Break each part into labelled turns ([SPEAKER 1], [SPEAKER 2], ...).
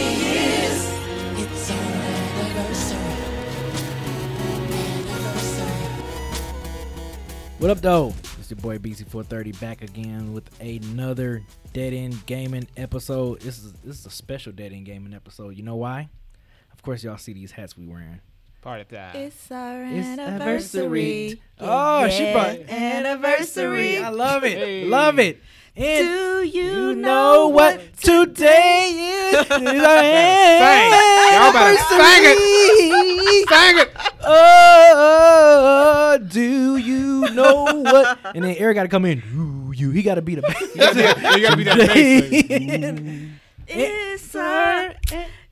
[SPEAKER 1] It's our anniversary. Anniversary.
[SPEAKER 2] What up, though? It's your boy BC430 back again with another Dead End Gaming episode. This is this is a special Dead End Gaming episode. You know why? Of course, y'all see these hats we wearing.
[SPEAKER 3] Part of that.
[SPEAKER 1] It's our
[SPEAKER 2] Oh, she
[SPEAKER 1] yeah.
[SPEAKER 2] brought
[SPEAKER 1] Anniversary.
[SPEAKER 2] I love it,
[SPEAKER 3] Hey.
[SPEAKER 2] love it. And
[SPEAKER 1] Do you
[SPEAKER 2] you know what today is? It's our
[SPEAKER 3] Y'all better sang
[SPEAKER 2] anniversary.
[SPEAKER 3] Dang it!
[SPEAKER 2] Oh, do you know what? And then Eric got to come in. Do you? He got to be the best.
[SPEAKER 3] you gotta be that face. thing.
[SPEAKER 1] It's our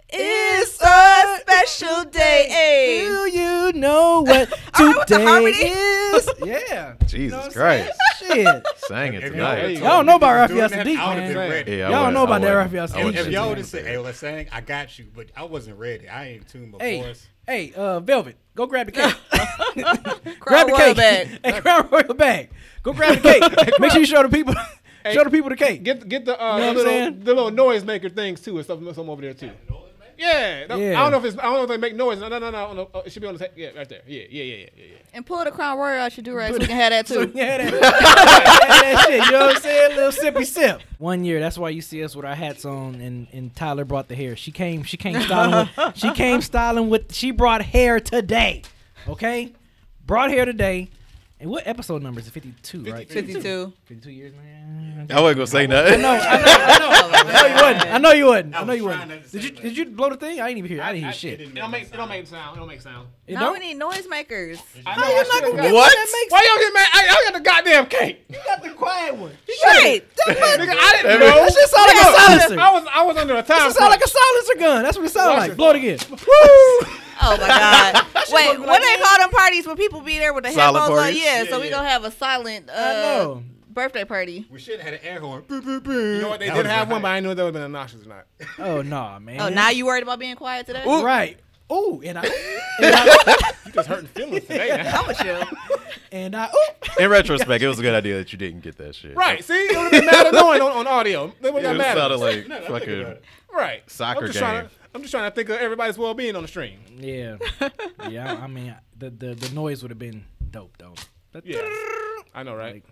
[SPEAKER 1] it's a special day. Hey.
[SPEAKER 2] Do you know what
[SPEAKER 1] right, with the
[SPEAKER 2] today
[SPEAKER 1] harmony.
[SPEAKER 2] is? Yeah.
[SPEAKER 4] Jesus Christ.
[SPEAKER 2] Shit.
[SPEAKER 4] Sang it
[SPEAKER 3] There you
[SPEAKER 4] tonight.
[SPEAKER 3] go.
[SPEAKER 2] Y'all don't know about
[SPEAKER 3] You
[SPEAKER 2] Raphael
[SPEAKER 3] doing that
[SPEAKER 2] Sadiq,
[SPEAKER 3] out of
[SPEAKER 2] man.
[SPEAKER 3] it ready.
[SPEAKER 4] Yeah,
[SPEAKER 2] Y'all
[SPEAKER 4] I wasn't-
[SPEAKER 2] know about
[SPEAKER 4] I
[SPEAKER 2] that
[SPEAKER 4] wasn't-
[SPEAKER 2] Raphael
[SPEAKER 4] I
[SPEAKER 2] Sadiq.
[SPEAKER 4] wasn't
[SPEAKER 3] If
[SPEAKER 2] shit,
[SPEAKER 3] y'all
[SPEAKER 4] doing
[SPEAKER 3] would
[SPEAKER 4] it.
[SPEAKER 3] have said, "Hey, let's sing," I got you, but I wasn't ready. I ain't tuned my
[SPEAKER 2] Hey,
[SPEAKER 3] voice.
[SPEAKER 2] hey, uh, Velvet, go grab the cake.
[SPEAKER 1] Crown
[SPEAKER 2] grab the
[SPEAKER 1] Royal
[SPEAKER 2] cake.
[SPEAKER 1] bag.
[SPEAKER 2] Hey, Crown Royal bag. Go grab the cake. Make sure you show the people, show the people the cake.
[SPEAKER 3] Get get the uh,
[SPEAKER 2] Know what I'm
[SPEAKER 3] the little
[SPEAKER 2] saying?
[SPEAKER 3] the little noisemaker things too, and stuff some over there too. Yeah, no,
[SPEAKER 2] Yeah.
[SPEAKER 3] I don't know if it's I don't know if they make noise. No, no, no, no. no. Oh, It should be on the ta- yeah, right there. Yeah, yeah, yeah, yeah, yeah. yeah.
[SPEAKER 1] And pull the crown royal out your durag so we can have that too.
[SPEAKER 2] Yeah, that, that shit. You know what I'm saying? Little sippy sip. One year. That's why you see us with our hats on, and and Tyler brought the hair. She came. She came styling. with, she came styling with. She brought hair today. Okay, brought hair today. And what episode number is it? 52, right?
[SPEAKER 5] 52.
[SPEAKER 2] 52 years, man.
[SPEAKER 4] I wasn't gonna say nothing.
[SPEAKER 2] No, I know, I know, I know you wouldn't. I know you wouldn't. I know you
[SPEAKER 3] was trying not
[SPEAKER 2] wouldn't.
[SPEAKER 3] to
[SPEAKER 2] Did
[SPEAKER 3] say
[SPEAKER 2] you did you blow the thing? I didn't even hear. I, didn't hear
[SPEAKER 3] It
[SPEAKER 2] shit.
[SPEAKER 3] didn't make, it don't make, it don't make sound. It don't make sound.
[SPEAKER 2] It
[SPEAKER 1] Now
[SPEAKER 2] don't-
[SPEAKER 1] we need noisemakers.
[SPEAKER 3] I know. I should've got-
[SPEAKER 4] What?
[SPEAKER 3] Why y'all get mad? I, I got the goddamn cake. Nigga,
[SPEAKER 2] got the quiet one.
[SPEAKER 1] Right.
[SPEAKER 3] I didn't know.
[SPEAKER 2] That shit sound like a silencer.
[SPEAKER 3] I was I was under a time.
[SPEAKER 2] It sound
[SPEAKER 3] crunch.
[SPEAKER 2] like a silencer gun. That's what it sounds
[SPEAKER 3] Watch
[SPEAKER 2] like.
[SPEAKER 3] it.
[SPEAKER 2] Blow it again.
[SPEAKER 1] Oh my God! Wait, what they call them parties when people be there with the
[SPEAKER 4] Silent
[SPEAKER 1] headphones on?
[SPEAKER 4] parties?
[SPEAKER 1] Yeah,
[SPEAKER 3] Yeah,
[SPEAKER 1] so we
[SPEAKER 3] yeah.
[SPEAKER 1] gonna have a silent uh,
[SPEAKER 2] know.
[SPEAKER 1] birthday party.
[SPEAKER 3] we should have had an air horn. Boo, boo, boo. You know what? They did have one, but I knew that would have been obnoxious or not.
[SPEAKER 2] Oh nah, man.
[SPEAKER 1] Oh, now you worried about being quiet today?
[SPEAKER 2] Right. Ooh, and I, and I,
[SPEAKER 3] You just hurting feelings today. now.
[SPEAKER 1] I'm with you.
[SPEAKER 2] and I, ooh.
[SPEAKER 4] In retrospect, it was a good idea that you didn't get that shit.
[SPEAKER 3] Right. See, it would have been mad annoying on, on audio. They would
[SPEAKER 4] It
[SPEAKER 3] have got mad. at
[SPEAKER 4] sounded
[SPEAKER 3] us.
[SPEAKER 4] like
[SPEAKER 3] No, no, think
[SPEAKER 4] fucking.
[SPEAKER 3] about it. right
[SPEAKER 4] soccer
[SPEAKER 3] I'm just trying
[SPEAKER 4] game.
[SPEAKER 3] to- I'm just trying to think of everybody's well-being on the stream.
[SPEAKER 2] Yeah, yeah. I mean, the the, the noise would have been dope though. But-
[SPEAKER 3] Yeah. I know, right?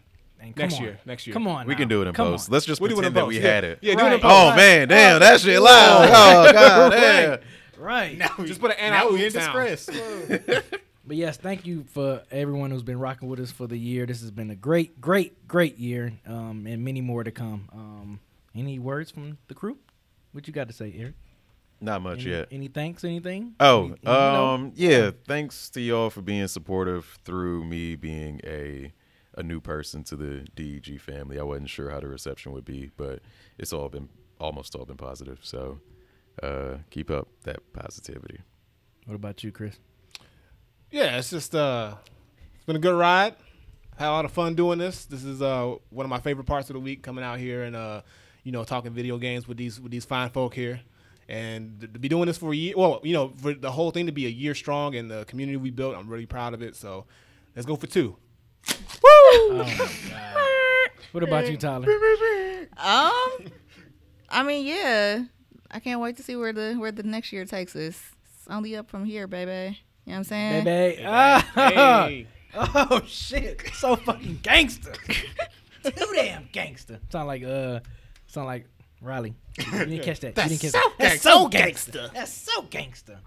[SPEAKER 2] and
[SPEAKER 3] Next
[SPEAKER 2] come
[SPEAKER 3] year,
[SPEAKER 2] on.
[SPEAKER 3] next year.
[SPEAKER 2] Come on.
[SPEAKER 4] We
[SPEAKER 2] now.
[SPEAKER 4] can do it in
[SPEAKER 2] Come
[SPEAKER 4] post.
[SPEAKER 2] on.
[SPEAKER 4] Let's just
[SPEAKER 3] We'll do it in
[SPEAKER 4] pretend that
[SPEAKER 3] post,
[SPEAKER 4] we
[SPEAKER 3] yeah.
[SPEAKER 4] had it.
[SPEAKER 3] Yeah, do it in
[SPEAKER 2] Right.
[SPEAKER 3] post.
[SPEAKER 4] Oh man, damn, that shit loud. Oh god, damn.
[SPEAKER 2] Right.
[SPEAKER 3] Just put an and
[SPEAKER 5] Oh, Now
[SPEAKER 3] out
[SPEAKER 5] we in
[SPEAKER 3] sound.
[SPEAKER 5] distress.
[SPEAKER 2] But yes, thank you for everyone who's been rocking with us for the year. This has been a great, great, great year, um, and many more to come. Um, any words from the crew? What you got to say, Eric?
[SPEAKER 4] Not much
[SPEAKER 2] Any,
[SPEAKER 4] yet.
[SPEAKER 2] any thanks? Anything? Any-
[SPEAKER 4] Oh,
[SPEAKER 2] any- you know?
[SPEAKER 4] um, yeah. Thanks to y'all for being supportive through me being a a new person to the DEG family. I wasn't sure how the reception would be, but it's all been almost all been positive. So uh, keep up that positivity.
[SPEAKER 2] What about you, Chris?
[SPEAKER 3] Yeah, it's just uh, it's been a good ride. Had a lot of fun doing this. This is uh one of my favorite parts of the week, coming out here and uh, you know, talking video games with these with these fine folk here, and to be doing this for a year. Well, you know, for the whole thing to be a year strong and the community we built, I'm really proud of it. So, let's go for two.
[SPEAKER 2] What about you, Tyler?
[SPEAKER 1] Um, I mean, yeah, I can't wait to see where the where the next year takes us. It's only up from here, baby. You know what I'm saying?
[SPEAKER 2] Baby. Ah,
[SPEAKER 3] Hey.
[SPEAKER 2] Oh shit! So fucking gangster. Too damn gangster. Sound like uh, sound like Riley. You didn't catch that. you didn't catch that. That's so gangster. That's so gangster.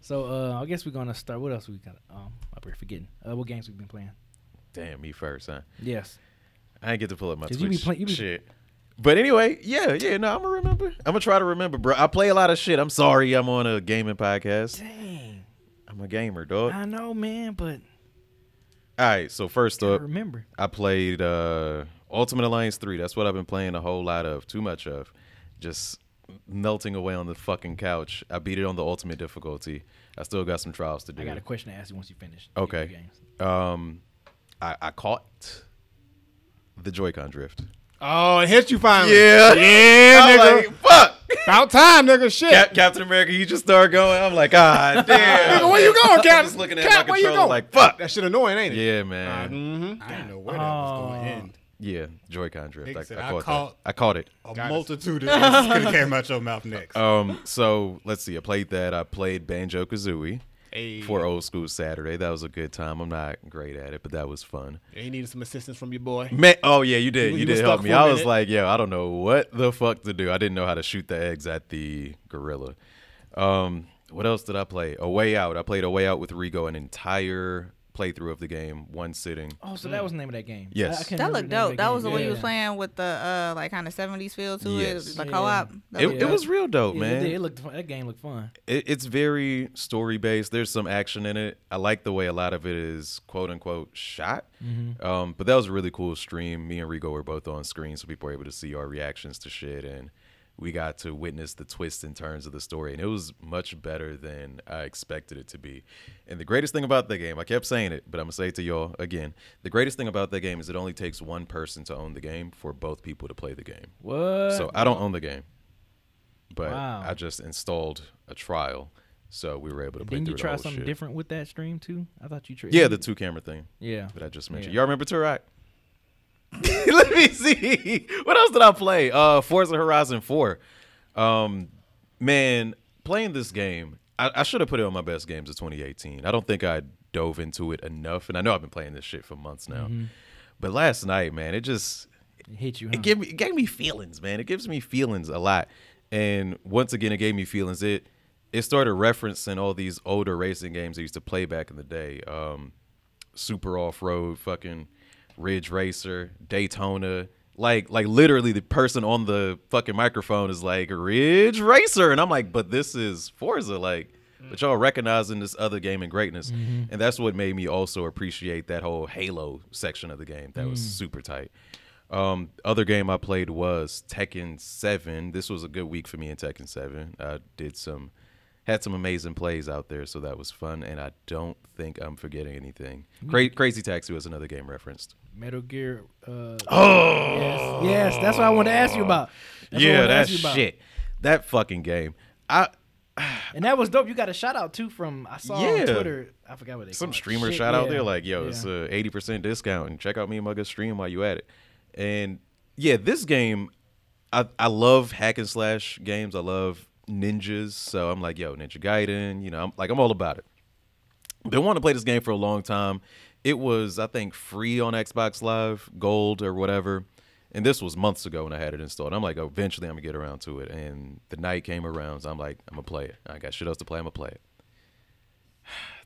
[SPEAKER 2] So uh, I guess we're gonna start. What else we got? Um, up here forgetting. Uh, what games we've been playing?
[SPEAKER 4] Damn, me first, huh?
[SPEAKER 2] Yes.
[SPEAKER 4] I didn't get to pull up my
[SPEAKER 2] 'Cause
[SPEAKER 4] Twitch
[SPEAKER 2] you be play- you be-
[SPEAKER 4] shit. But anyway, yeah, yeah, no, I'm gonna remember. I'm gonna try to remember, bro. I play a lot of shit. I'm sorry, I'm on a gaming podcast.
[SPEAKER 2] Dang.
[SPEAKER 4] I'm a gamer, dog. All
[SPEAKER 2] I know, man, but
[SPEAKER 4] right, so first
[SPEAKER 2] I
[SPEAKER 4] up,
[SPEAKER 2] remember.
[SPEAKER 4] I played uh Ultimate Alliance 3. That's what I've been playing a whole lot of, too much of. just melting away on the fucking couch. I beat it on the ultimate difficulty. I still got some trials to do.
[SPEAKER 2] I got a question to ask you once you finish.
[SPEAKER 4] Okay.
[SPEAKER 2] video games.
[SPEAKER 4] Um, I, I caught the Joy-Con drift.
[SPEAKER 3] Oh, it hit you finally.
[SPEAKER 4] I'm
[SPEAKER 3] Yeah, nigga.
[SPEAKER 4] like, fuck.
[SPEAKER 3] About time, nigga. Shit.
[SPEAKER 4] Cap- Captain America, you just start going. I'm like, ah, damn.
[SPEAKER 3] Nigga, where you going,
[SPEAKER 4] I'm
[SPEAKER 3] Cap?
[SPEAKER 4] just looking at
[SPEAKER 3] Cap,
[SPEAKER 4] my
[SPEAKER 3] where you going?
[SPEAKER 4] controller like, fuck.
[SPEAKER 3] That shit annoying, ain't it?
[SPEAKER 4] Yeah, man.
[SPEAKER 3] Mm-hmm.
[SPEAKER 5] I didn't know where that
[SPEAKER 2] Oh.
[SPEAKER 5] was going to end.
[SPEAKER 4] Yeah, Joy-Con drift.
[SPEAKER 5] Nigga
[SPEAKER 4] I,
[SPEAKER 5] said,
[SPEAKER 4] I
[SPEAKER 5] I
[SPEAKER 4] caught
[SPEAKER 5] caught-
[SPEAKER 4] that. I caught it.
[SPEAKER 5] A
[SPEAKER 3] Got it.
[SPEAKER 5] multitude of things could have came out your mouth next.
[SPEAKER 4] Um, so let's see. I played that. I played Banjo Kazooie
[SPEAKER 3] Hey.
[SPEAKER 4] for Old School Saturday. That was a good time. I'm not great at it, but that was fun.
[SPEAKER 3] You needed some assistance from your boy.
[SPEAKER 4] Man, oh yeah, you did.
[SPEAKER 3] You
[SPEAKER 4] You,
[SPEAKER 3] was
[SPEAKER 4] did help
[SPEAKER 3] stuck
[SPEAKER 4] me.
[SPEAKER 3] for a
[SPEAKER 4] I was
[SPEAKER 3] minute.
[SPEAKER 4] like, yo, I don't know what the fuck to do. I didn't know how to shoot the eggs at the gorilla. Um, what else did I play? A Way Out. I played A Way Out with Rigo, an entire playthrough of the game, one sitting.
[SPEAKER 2] Oh, so that was the name of that game.
[SPEAKER 4] Yes.
[SPEAKER 2] I- I can't
[SPEAKER 1] That
[SPEAKER 2] remember
[SPEAKER 1] looked
[SPEAKER 2] the name of
[SPEAKER 1] dope. That was the
[SPEAKER 2] game.
[SPEAKER 1] one you was
[SPEAKER 2] Yeah.
[SPEAKER 1] playing with the uh like kind of seventies feel to
[SPEAKER 4] Yes.
[SPEAKER 1] it, the
[SPEAKER 2] Yeah.
[SPEAKER 1] co-op. That
[SPEAKER 4] It,
[SPEAKER 1] looked
[SPEAKER 4] it
[SPEAKER 1] dope.
[SPEAKER 4] was real dope,
[SPEAKER 2] Yeah, it
[SPEAKER 4] man.
[SPEAKER 2] did. It looked fun. That game looked fun.
[SPEAKER 4] it, it's very story based. There's some action in it. I like the way a lot of it is quote unquote shot. Um, but that was a really cool stream. Me and Rigo were both on screen, so people were able to see our reactions to shit, and we got to witness the twists and turns of the story. And it was much better than I expected it to be. And the greatest thing about the game, I kept saying it, but I'm gonna say it to y'all again. The greatest thing about that game is it only takes one person to own the game for both people to play the game.
[SPEAKER 2] What?
[SPEAKER 4] So I don't own the game, but
[SPEAKER 2] Wow.
[SPEAKER 4] I just installed a trial, so we were able to play
[SPEAKER 2] Didn't
[SPEAKER 4] through
[SPEAKER 2] you
[SPEAKER 4] the
[SPEAKER 2] try
[SPEAKER 4] whole
[SPEAKER 2] something
[SPEAKER 4] shit.
[SPEAKER 2] different with that stream too? I thought you tried.
[SPEAKER 4] Yeah, the two camera thing
[SPEAKER 2] Yeah.
[SPEAKER 4] that I just mentioned.
[SPEAKER 2] Yeah.
[SPEAKER 4] Y'all remember Turok? Let me see. What else did I play? Uh, Forza Horizon Four. Um, man, playing this game, I, I should have put it on my best games of 2018. I don't think I dove into it enough, and I know I've been playing this shit for months now.
[SPEAKER 2] Mm-hmm.
[SPEAKER 4] But last night, man, it just
[SPEAKER 2] It hit you. Huh?
[SPEAKER 4] it gave me it gave me feelings, man. It gives me feelings a lot. And once again, it gave me feelings. It it started referencing all these older racing games I used to play back in the day. Um, Super Off Road, fucking Ridge Racer, Daytona. Like like literally the person on the fucking microphone is like Ridge Racer, and I'm like, but this is Forza, like. But y'all recognizing this other game and greatness, and that's what made me also appreciate that whole Halo section of the game. That was super tight. Um, other game I played was Tekken Seven. This was a good week for me in Tekken Seven. I did some, had some amazing plays out there, so that was fun. And I don't think I'm forgetting anything.
[SPEAKER 2] Mm.
[SPEAKER 4] Cra- Crazy Taxi was another game referenced.
[SPEAKER 2] Metal Gear. Uh, oh. Yes, yes, that's what I wanted to ask you about. That's what I wanted to ask you about.
[SPEAKER 4] That fucking game. I
[SPEAKER 2] And that was dope. You got a shout out too from I saw
[SPEAKER 4] Yeah.
[SPEAKER 2] on Twitter. I forgot what they
[SPEAKER 4] some
[SPEAKER 2] call it.
[SPEAKER 4] streamer
[SPEAKER 2] Shit,
[SPEAKER 4] shout out
[SPEAKER 2] yeah.
[SPEAKER 4] there like yo
[SPEAKER 2] Yeah.
[SPEAKER 4] it's a 80% discount and check out me and my good stream while you at it and yeah this game i i love hack and slash games i love ninjas so i'm like yo ninja gaiden you know i'm like i'm all about it been wanting to play this game for a long time. It was, I think, free on Xbox Live Gold or whatever. And this was months ago when I had it installed. I'm like, oh, eventually I'm gonna get around to it. And the night came around, so I'm like, I'm gonna play it. I got shit else to play. I'm gonna play it.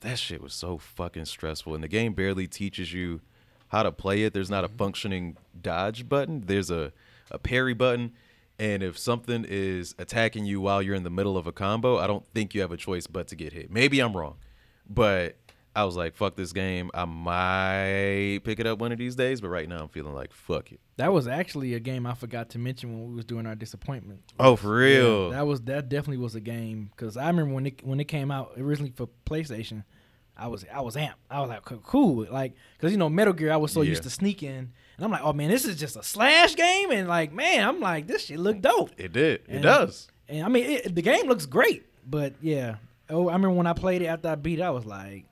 [SPEAKER 4] That shit was so fucking stressful, and the game barely teaches you how to play it. There's not
[SPEAKER 2] Mm-hmm.
[SPEAKER 4] a functioning dodge button. There's a a parry button, and if something is attacking you while you're in the middle of a combo, I don't think you have a choice but to get hit. Maybe I'm wrong, but I was like, fuck this game. I might pick it up one of these days, but right now I'm feeling like fuck it.
[SPEAKER 2] That was actually a game I forgot to mention when we was doing our disappointment.
[SPEAKER 4] Oh, for real?
[SPEAKER 2] Yeah, that was that definitely was a game because I remember when it when it came out originally for PlayStation, I was I was amped. I was like "Co- cool, like because you know Metal Gear I was so
[SPEAKER 4] Yeah.
[SPEAKER 2] used to sneaking, and I'm like oh man this is just a slash game and like man I'm like this shit look dope.
[SPEAKER 4] it did. It
[SPEAKER 2] And-
[SPEAKER 4] does.
[SPEAKER 2] And I mean it, the game looks great, but yeah. Oh, I remember when I played it after I beat it, I was like,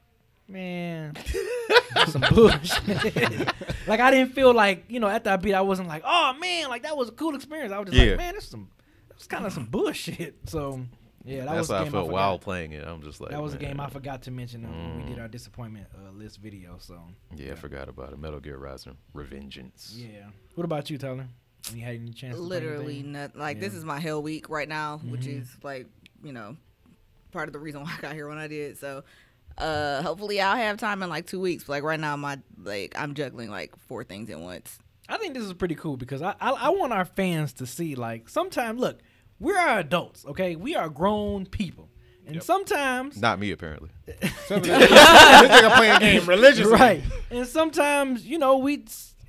[SPEAKER 2] man, some bullshit. like I didn't feel like you know after I beat, it, I wasn't like oh man, like that was a cool experience. I was just
[SPEAKER 4] Yeah.
[SPEAKER 2] like man, this is some, this was kind of some bullshit. So yeah, that was
[SPEAKER 4] That's
[SPEAKER 2] a
[SPEAKER 4] how
[SPEAKER 2] game
[SPEAKER 4] I felt
[SPEAKER 2] forgot-
[SPEAKER 4] while playing it. I'm just like
[SPEAKER 2] That was a
[SPEAKER 4] man. Mm.
[SPEAKER 2] game I forgot to mention uh, when we did our disappointment uh, list video. So
[SPEAKER 4] Yeah, I forgot about it. Metal Gear Rising Revengeance.
[SPEAKER 2] yeah. What about you, Tyler? You had any chance? to play
[SPEAKER 1] literally
[SPEAKER 2] anything?
[SPEAKER 1] nothing. Like this is my hell week right now, which is like you know part of the reason why I got here when I did. So uh hopefully I'll have time in like two weeks. But, like right now, my like I'm juggling like four things at once.
[SPEAKER 2] I think this is pretty cool because I, I I want our fans to see like sometimes look we are adults okay we are grown people and sometimes
[SPEAKER 4] Not me apparently.
[SPEAKER 3] this nigga playing game religiously.
[SPEAKER 2] right and sometimes you know we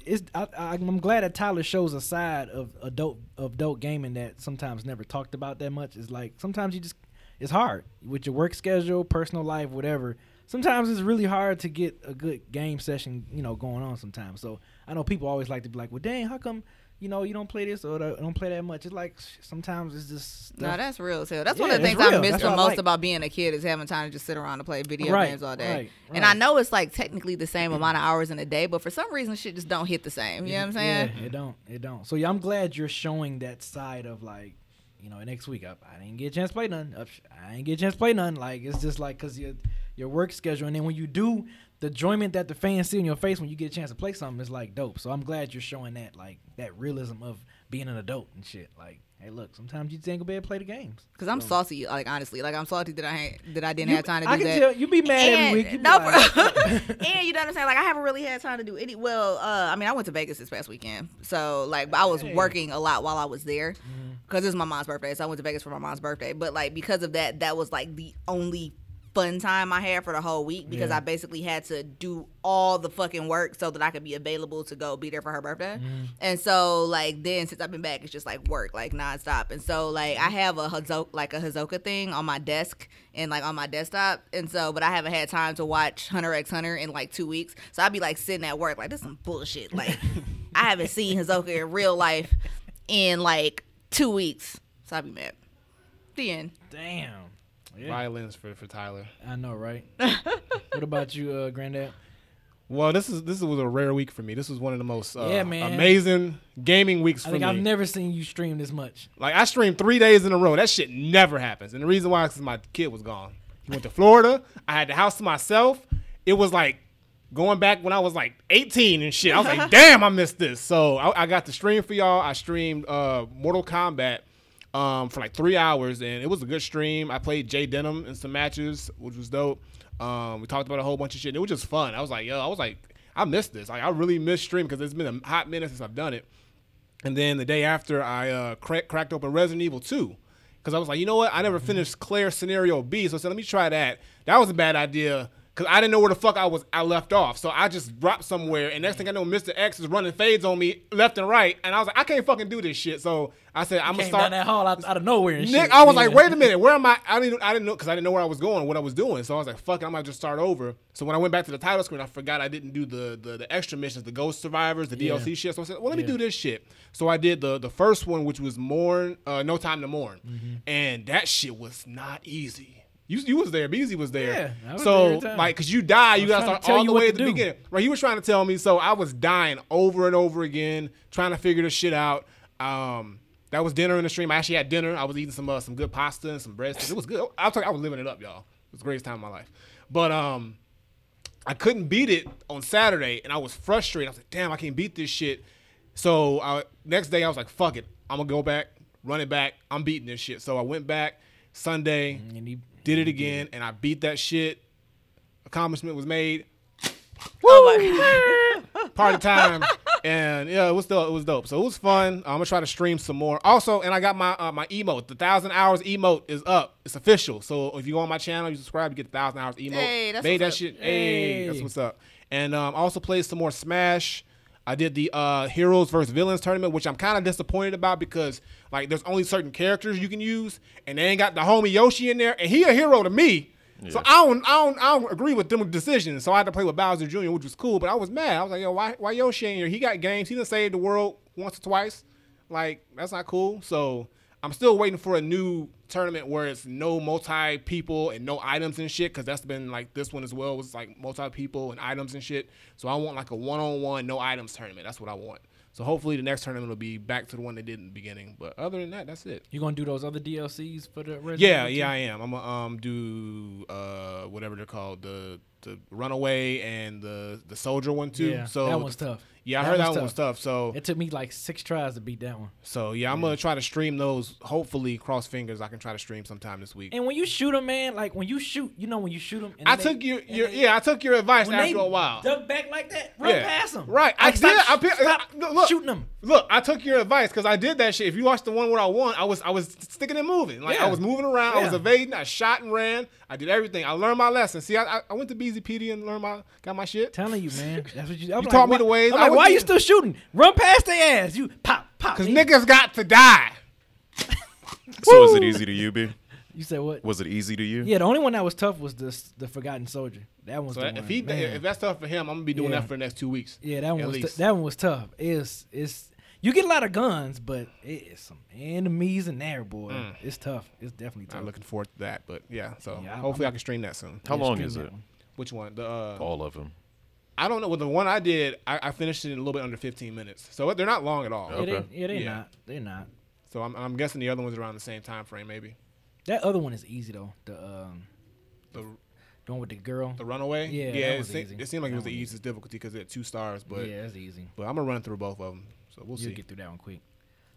[SPEAKER 2] it's I, I, I'm glad that Tyler shows a side of adult of adult gaming that sometimes never talked about that much. Is like sometimes you just it's hard with your work schedule, personal life, whatever. Sometimes it's really hard to get a good game session, you know, going on. Sometimes, so I know people always like to be like, "Well, dang, how come you know you don't play this or don't play that much?" It's like sometimes it's just stuff.
[SPEAKER 1] No, that's real. So that's
[SPEAKER 2] Yeah,
[SPEAKER 1] one of the
[SPEAKER 2] that's
[SPEAKER 1] things I
[SPEAKER 2] real.
[SPEAKER 1] miss
[SPEAKER 2] That's
[SPEAKER 1] the
[SPEAKER 2] what I
[SPEAKER 1] most
[SPEAKER 2] like.
[SPEAKER 1] about being a kid is having time to just sit around and play video
[SPEAKER 2] Right,
[SPEAKER 1] games all day.
[SPEAKER 2] right,
[SPEAKER 1] And I
[SPEAKER 2] right.
[SPEAKER 1] know it's like technically the same amount of hours in a day, but for some reason, shit just don't hit the same. You know what I'm saying?
[SPEAKER 2] Yeah, it don't. It don't. So yeah, I'm glad you're showing that side of like, you know, next week I, I didn't get a chance to play none. Up sh- I didn't get a chance to play none. Like it's just like cause your your work schedule, and then when you do the enjoyment that the fans see in your face when you get a chance to play something is like dope. So I'm glad you're showing that like that realism of being an adult and shit. Like, hey, look, sometimes you just ain't gonna be able to play the games.
[SPEAKER 1] Because I'm salty. Like honestly, like I'm salty that I ain't- that I didn't
[SPEAKER 2] You-
[SPEAKER 1] have time to do
[SPEAKER 2] I can
[SPEAKER 1] that.
[SPEAKER 2] tell you be mad every week. You be
[SPEAKER 1] no,
[SPEAKER 2] like,
[SPEAKER 1] bro. and you don't understand. Like I haven't really had time to do any. Well, uh, I mean, I went to Vegas this past weekend, so like but I was working a lot while I was there
[SPEAKER 2] Mm-hmm.
[SPEAKER 1] because it was my mom's birthday. So I went to Vegas for my mom's birthday. But like because of that, that was like the only fun time I had for the whole week because I basically had to do all the fucking work so that I could be available to go be there for her birthday.
[SPEAKER 2] Mm-hmm.
[SPEAKER 1] And so like then since I've been back, it's just like work like nonstop. And so like I have a Hazoka, like a Hazoka thing on my desk and like on my desktop. And so but I haven't had time to watch Hunter X Hunter in like two weeks. So I'd be like sitting at work like this is some bullshit. Like I haven't seen Hazoka in real life in like two weeks. So I'd be mad. The end.
[SPEAKER 2] Damn. Yeah,
[SPEAKER 3] Violins for, for Tyler.
[SPEAKER 2] I know, right? what about you, uh, Granddad?
[SPEAKER 3] Well, this is this was a rare week for me. This was one of the most uh,
[SPEAKER 2] Yeah, man.
[SPEAKER 3] amazing gaming weeks
[SPEAKER 2] I
[SPEAKER 3] for
[SPEAKER 2] think
[SPEAKER 3] me.
[SPEAKER 2] I've never seen you stream this much.
[SPEAKER 3] Like I streamed three days in a row. That shit never happens. And the reason why is because my kid was gone. He went to Florida. I had the house to myself. It was like going back when I was like 18 and shit. I was like, damn, I missed this. So I, I got the stream for y'all. I streamed uh, Mortal Kombat um, for like three hours, and it was a good stream. I played Jay Denham in some matches, which was dope. Um, we talked about a whole bunch of shit. And it was just fun. I was like, yo, I was like, I missed this. Like I really missed stream because it's been a hot minute since I've done it. And then the day after, I uh, cra- cracked open Resident Evil 2. Because I was like, you know what? I never finished
[SPEAKER 2] Mm-hmm.
[SPEAKER 3] Claire scenario B. So I said, let me try that. That was a bad idea. Because I didn't know where the fuck I was. I left off. So I just dropped somewhere. And next thing I know, Mr. X is running fades on me left and right. And I was like, I can't fucking do this shit. So I said, I'm going
[SPEAKER 2] Came
[SPEAKER 3] to start.
[SPEAKER 2] down that hall out, out of nowhere and
[SPEAKER 3] Nick,
[SPEAKER 2] shit.
[SPEAKER 3] I was
[SPEAKER 2] Yeah.
[SPEAKER 3] like, wait a minute, where am I? I didn't, I didn't know because I didn't know where I was going, what I was doing. So I was like, fuck, it, I might just start over. So when I went back to the title screen, I forgot I didn't do the the, the extra missions, the Ghost Survivors, the DLC shit. So I said, well, let me do this shit. So I did the the first one, which was Mourn, uh, No Time to Mourn,
[SPEAKER 2] Mm-hmm.
[SPEAKER 3] and that shit was not easy. You, you was there, Beezy was there.
[SPEAKER 2] Yeah, I was there
[SPEAKER 3] so
[SPEAKER 2] every time.
[SPEAKER 3] like, cause you die, you
[SPEAKER 2] was
[SPEAKER 3] gotta
[SPEAKER 2] trying to
[SPEAKER 3] start
[SPEAKER 2] tell
[SPEAKER 3] all
[SPEAKER 2] you
[SPEAKER 3] the
[SPEAKER 2] what
[SPEAKER 3] way
[SPEAKER 2] to
[SPEAKER 3] at the
[SPEAKER 2] do.
[SPEAKER 3] beginning. Right, he was trying to tell me, so I was dying over and over again, trying to figure this shit out. Um, that was dinner in the stream. I actually had dinner. I was eating some uh, some good pasta and some breadsticks. It was good. I was, talking, I was living it up, y'all. It was the greatest time of my life. But um, I couldn't beat it on Saturday, and I was frustrated. I was like, "Damn, I can't beat this shit." So I, next day, I was like, "Fuck it, I'm gonna go back, run it back. I'm beating this shit." So I went back Sunday,
[SPEAKER 2] Mm, And he-
[SPEAKER 3] did it again, and I beat that shit. Accomplishment was made. Party time. And yeah, it was dope. It was dope. So it was fun. I'm gonna try to stream some more. Also, and I got my uh, my emote. The thousand hours emote is up. It's official. So if you go on my channel, you subscribe, you get the thousand hours emote.
[SPEAKER 1] Hey, that's
[SPEAKER 3] Made
[SPEAKER 1] what's
[SPEAKER 3] that
[SPEAKER 1] up.
[SPEAKER 3] shit. Hey, that's what's up. And um, I also played some more Smash. I did the uh, Heroes versus Villains tournament, which I'm kind of disappointed about because like there's only certain characters you can use, and they ain't got the homie Yoshi in there, and he a hero to me. So I don't, I don't, I don't agree with them decisions. So I had to play with Bowser Jr., which was cool, but I was mad. I was like, yo, why, why Yoshi in here? He got games. He done saved the world once or twice. Like that's not cool. So I'm still waiting for a new tournament where it's no multi people and no items and shit, because that's been like this one as well was like multi people and items and shit. So I want like a one on one no items tournament. That's what I want. So hopefully the next tournament will be back to the one they did in the beginning. But other than that, that's it.
[SPEAKER 2] You gonna do those other DLCs for the Resident
[SPEAKER 3] Yeah,
[SPEAKER 2] Evil
[SPEAKER 3] yeah, I am. I'm gonna um, do uh, whatever they're called, the the Runaway and the the Soldier one too.
[SPEAKER 2] Yeah,
[SPEAKER 3] so
[SPEAKER 2] that one's tough.
[SPEAKER 3] Yeah, I
[SPEAKER 2] That
[SPEAKER 3] heard that
[SPEAKER 2] one's
[SPEAKER 3] one was tough. So
[SPEAKER 2] 2? It took me like six tries to beat that one.
[SPEAKER 3] so yeah, I'm
[SPEAKER 2] Mm.
[SPEAKER 3] gonna try to stream those. Hopefully, cross fingers, I can try to stream sometime this week.
[SPEAKER 2] And when you shoot them, man, like when you shoot, you know when you shoot them.
[SPEAKER 3] I took your, your yeah, I took your advice
[SPEAKER 2] when
[SPEAKER 3] after
[SPEAKER 2] they
[SPEAKER 3] a while.
[SPEAKER 2] Duck back like that, run
[SPEAKER 3] Yeah.
[SPEAKER 2] past them.
[SPEAKER 3] Right, I
[SPEAKER 2] Like,
[SPEAKER 3] did.
[SPEAKER 2] stop,
[SPEAKER 3] I pi-
[SPEAKER 2] stop
[SPEAKER 3] I- no, look.
[SPEAKER 2] shooting them.
[SPEAKER 3] Look, I took your advice because I did that shit. If you watched the one where I won, I was I was sticking and moving. Like
[SPEAKER 2] Yeah.
[SPEAKER 3] I was moving around, I was
[SPEAKER 2] Yeah.
[SPEAKER 3] evading, I shot and ran, I did everything. I learned my lesson. See, I I- I went to BZPD and learned my got my shit.
[SPEAKER 2] Telling you, man. That's what you. I'm
[SPEAKER 3] You
[SPEAKER 2] like,
[SPEAKER 3] taught me
[SPEAKER 2] why-
[SPEAKER 3] the ways.
[SPEAKER 2] I'm
[SPEAKER 3] I
[SPEAKER 2] like,
[SPEAKER 3] would
[SPEAKER 2] why
[SPEAKER 3] do-
[SPEAKER 2] you still shooting? Run past their ass. You pop, pop.
[SPEAKER 3] Cause
[SPEAKER 2] You-
[SPEAKER 3] niggas got to die.
[SPEAKER 4] So was it easy to you, B?
[SPEAKER 2] You said what?
[SPEAKER 4] Was it easy to you?
[SPEAKER 2] Yeah, the only one that was tough was the the Forgotten Soldier. That one's
[SPEAKER 3] So
[SPEAKER 2] the
[SPEAKER 3] if
[SPEAKER 2] one.
[SPEAKER 3] he
[SPEAKER 2] man.
[SPEAKER 3] if that's tough for him, I'm gonna be doing
[SPEAKER 2] Yeah.
[SPEAKER 3] that for the next two weeks.
[SPEAKER 2] yeah, that one
[SPEAKER 3] at
[SPEAKER 2] was t-
[SPEAKER 3] least.
[SPEAKER 2] that one was tough. It's it's you get a lot of guns, but it is some enemies in there, boy.
[SPEAKER 3] Mm.
[SPEAKER 2] It's tough. It's definitely tough.
[SPEAKER 3] I'm looking forward to that, but yeah. So
[SPEAKER 2] Yeah, I'm-
[SPEAKER 3] hopefully i can stream that soon.
[SPEAKER 4] How
[SPEAKER 2] Yeah,
[SPEAKER 4] long
[SPEAKER 2] stream
[SPEAKER 4] is
[SPEAKER 2] that
[SPEAKER 4] it?
[SPEAKER 2] one.
[SPEAKER 3] Which one? The uh,
[SPEAKER 4] All of them.
[SPEAKER 3] I don't know. Well, the one I did, I, I finished it in a little bit under 15 minutes. So they're not long at all.
[SPEAKER 4] Okay.
[SPEAKER 2] It ain't, yeah, they're
[SPEAKER 3] Yeah.
[SPEAKER 2] not. They're not.
[SPEAKER 3] So I'm, I'm guessing the other ones around the same time frame, maybe.
[SPEAKER 2] That other one is easy though. The um,
[SPEAKER 3] The,
[SPEAKER 2] the one with the girl.
[SPEAKER 3] the runaway.
[SPEAKER 2] Yeah, that
[SPEAKER 3] yeah. It,
[SPEAKER 2] one's
[SPEAKER 3] se-
[SPEAKER 2] easy.
[SPEAKER 3] it seemed like
[SPEAKER 2] That
[SPEAKER 3] it was the
[SPEAKER 2] one's
[SPEAKER 3] easiest difficulty because it had two stars, but
[SPEAKER 2] yeah, that's easy.
[SPEAKER 3] but I'm gonna run through both of them. So we'll
[SPEAKER 2] You'll
[SPEAKER 3] see.
[SPEAKER 2] get through that one quick.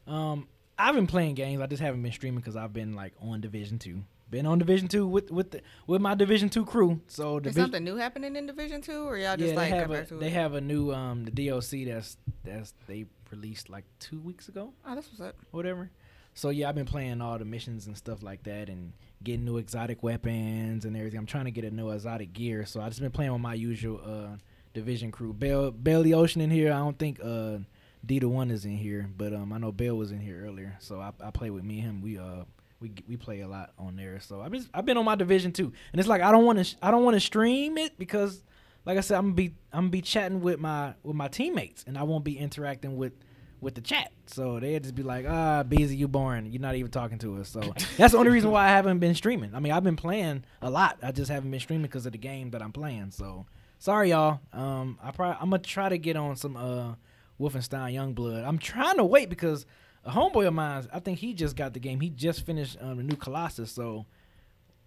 [SPEAKER 2] Um, I've been playing games. I just haven't been streaming because I've been like on Division Two. Been on Division Two with with the, with my Division Two crew. So
[SPEAKER 1] Is
[SPEAKER 2] Division,
[SPEAKER 1] something new happening in Division Two, or y'all just
[SPEAKER 2] yeah, they
[SPEAKER 1] like got
[SPEAKER 2] have
[SPEAKER 1] back
[SPEAKER 2] a
[SPEAKER 1] to
[SPEAKER 2] they
[SPEAKER 1] it?
[SPEAKER 2] have a new um the DLC that's that's they released like two weeks ago
[SPEAKER 1] oh, that's what's up.
[SPEAKER 2] whatever. So yeah, I've been playing all the missions and stuff like that, and getting new exotic weapons and everything. I'm trying to get a new exotic gear, so I just been playing with my usual uh, division crew. Bell, Belly Ocean in here. I don't think uh, D the one is in here, but um, I know Bell was in here earlier, so I, I play with me and him. We uh. We, we play a lot on there, so I've been I've been on my division too, and it's like I don't want to sh- I don't want to stream it because, like I said, I'm gonna be I'm gonna be chatting with my with my teammates, and I won't be interacting with with the chat. So they'd just be like, ah, busy, you boring. You're not even talking to us. So that's the only reason why I haven't been streaming. I mean, I've been playing a lot. I just haven't been streaming because of the game that I'm playing. So sorry, y'all. Um, I probably I'm gonna try to get on some uh Wolfenstein Youngblood. I'm trying to wait because a homeboy of mine, I think he just got the game. He just finished um, the new Colossus. So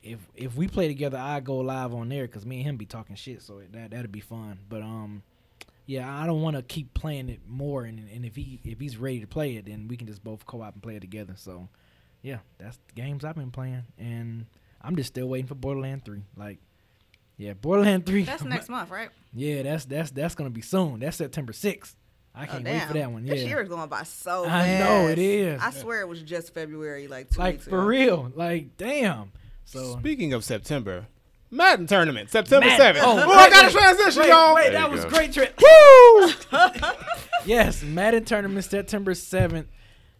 [SPEAKER 2] if if we play together, I go live on there because me and him be talking shit. So that that'd be fun. But um, yeah, I don't want to keep playing it more. And, and if he if he's ready to play it, then we can just both co-op and play it together. So yeah, that's the games I've been playing, and I'm just still waiting for Borderland Three. Like. Yeah, Borderland Three.
[SPEAKER 1] That's next month, right?
[SPEAKER 2] Yeah, that's that's that's gonna be soon. That's September 6th. I
[SPEAKER 1] Oh,
[SPEAKER 2] can't wait
[SPEAKER 1] damn.
[SPEAKER 2] for that one.
[SPEAKER 1] This year
[SPEAKER 2] Yeah,
[SPEAKER 1] is going by so fast.
[SPEAKER 2] I know, it is.
[SPEAKER 1] I swear it was just February, like two
[SPEAKER 2] like
[SPEAKER 1] weeks
[SPEAKER 2] for
[SPEAKER 1] ago.
[SPEAKER 2] real. Like damn. So
[SPEAKER 3] Speaking of September, Madden tournament, September
[SPEAKER 2] Madden.
[SPEAKER 3] 7th.
[SPEAKER 2] Oh,
[SPEAKER 3] Oh,
[SPEAKER 2] wait,
[SPEAKER 3] I got a
[SPEAKER 2] wait,
[SPEAKER 3] transition,
[SPEAKER 2] wait,
[SPEAKER 3] y'all.
[SPEAKER 2] wait,
[SPEAKER 4] There
[SPEAKER 2] that
[SPEAKER 4] you
[SPEAKER 2] was
[SPEAKER 4] go.
[SPEAKER 2] great trip. yes, Madden tournament September seventh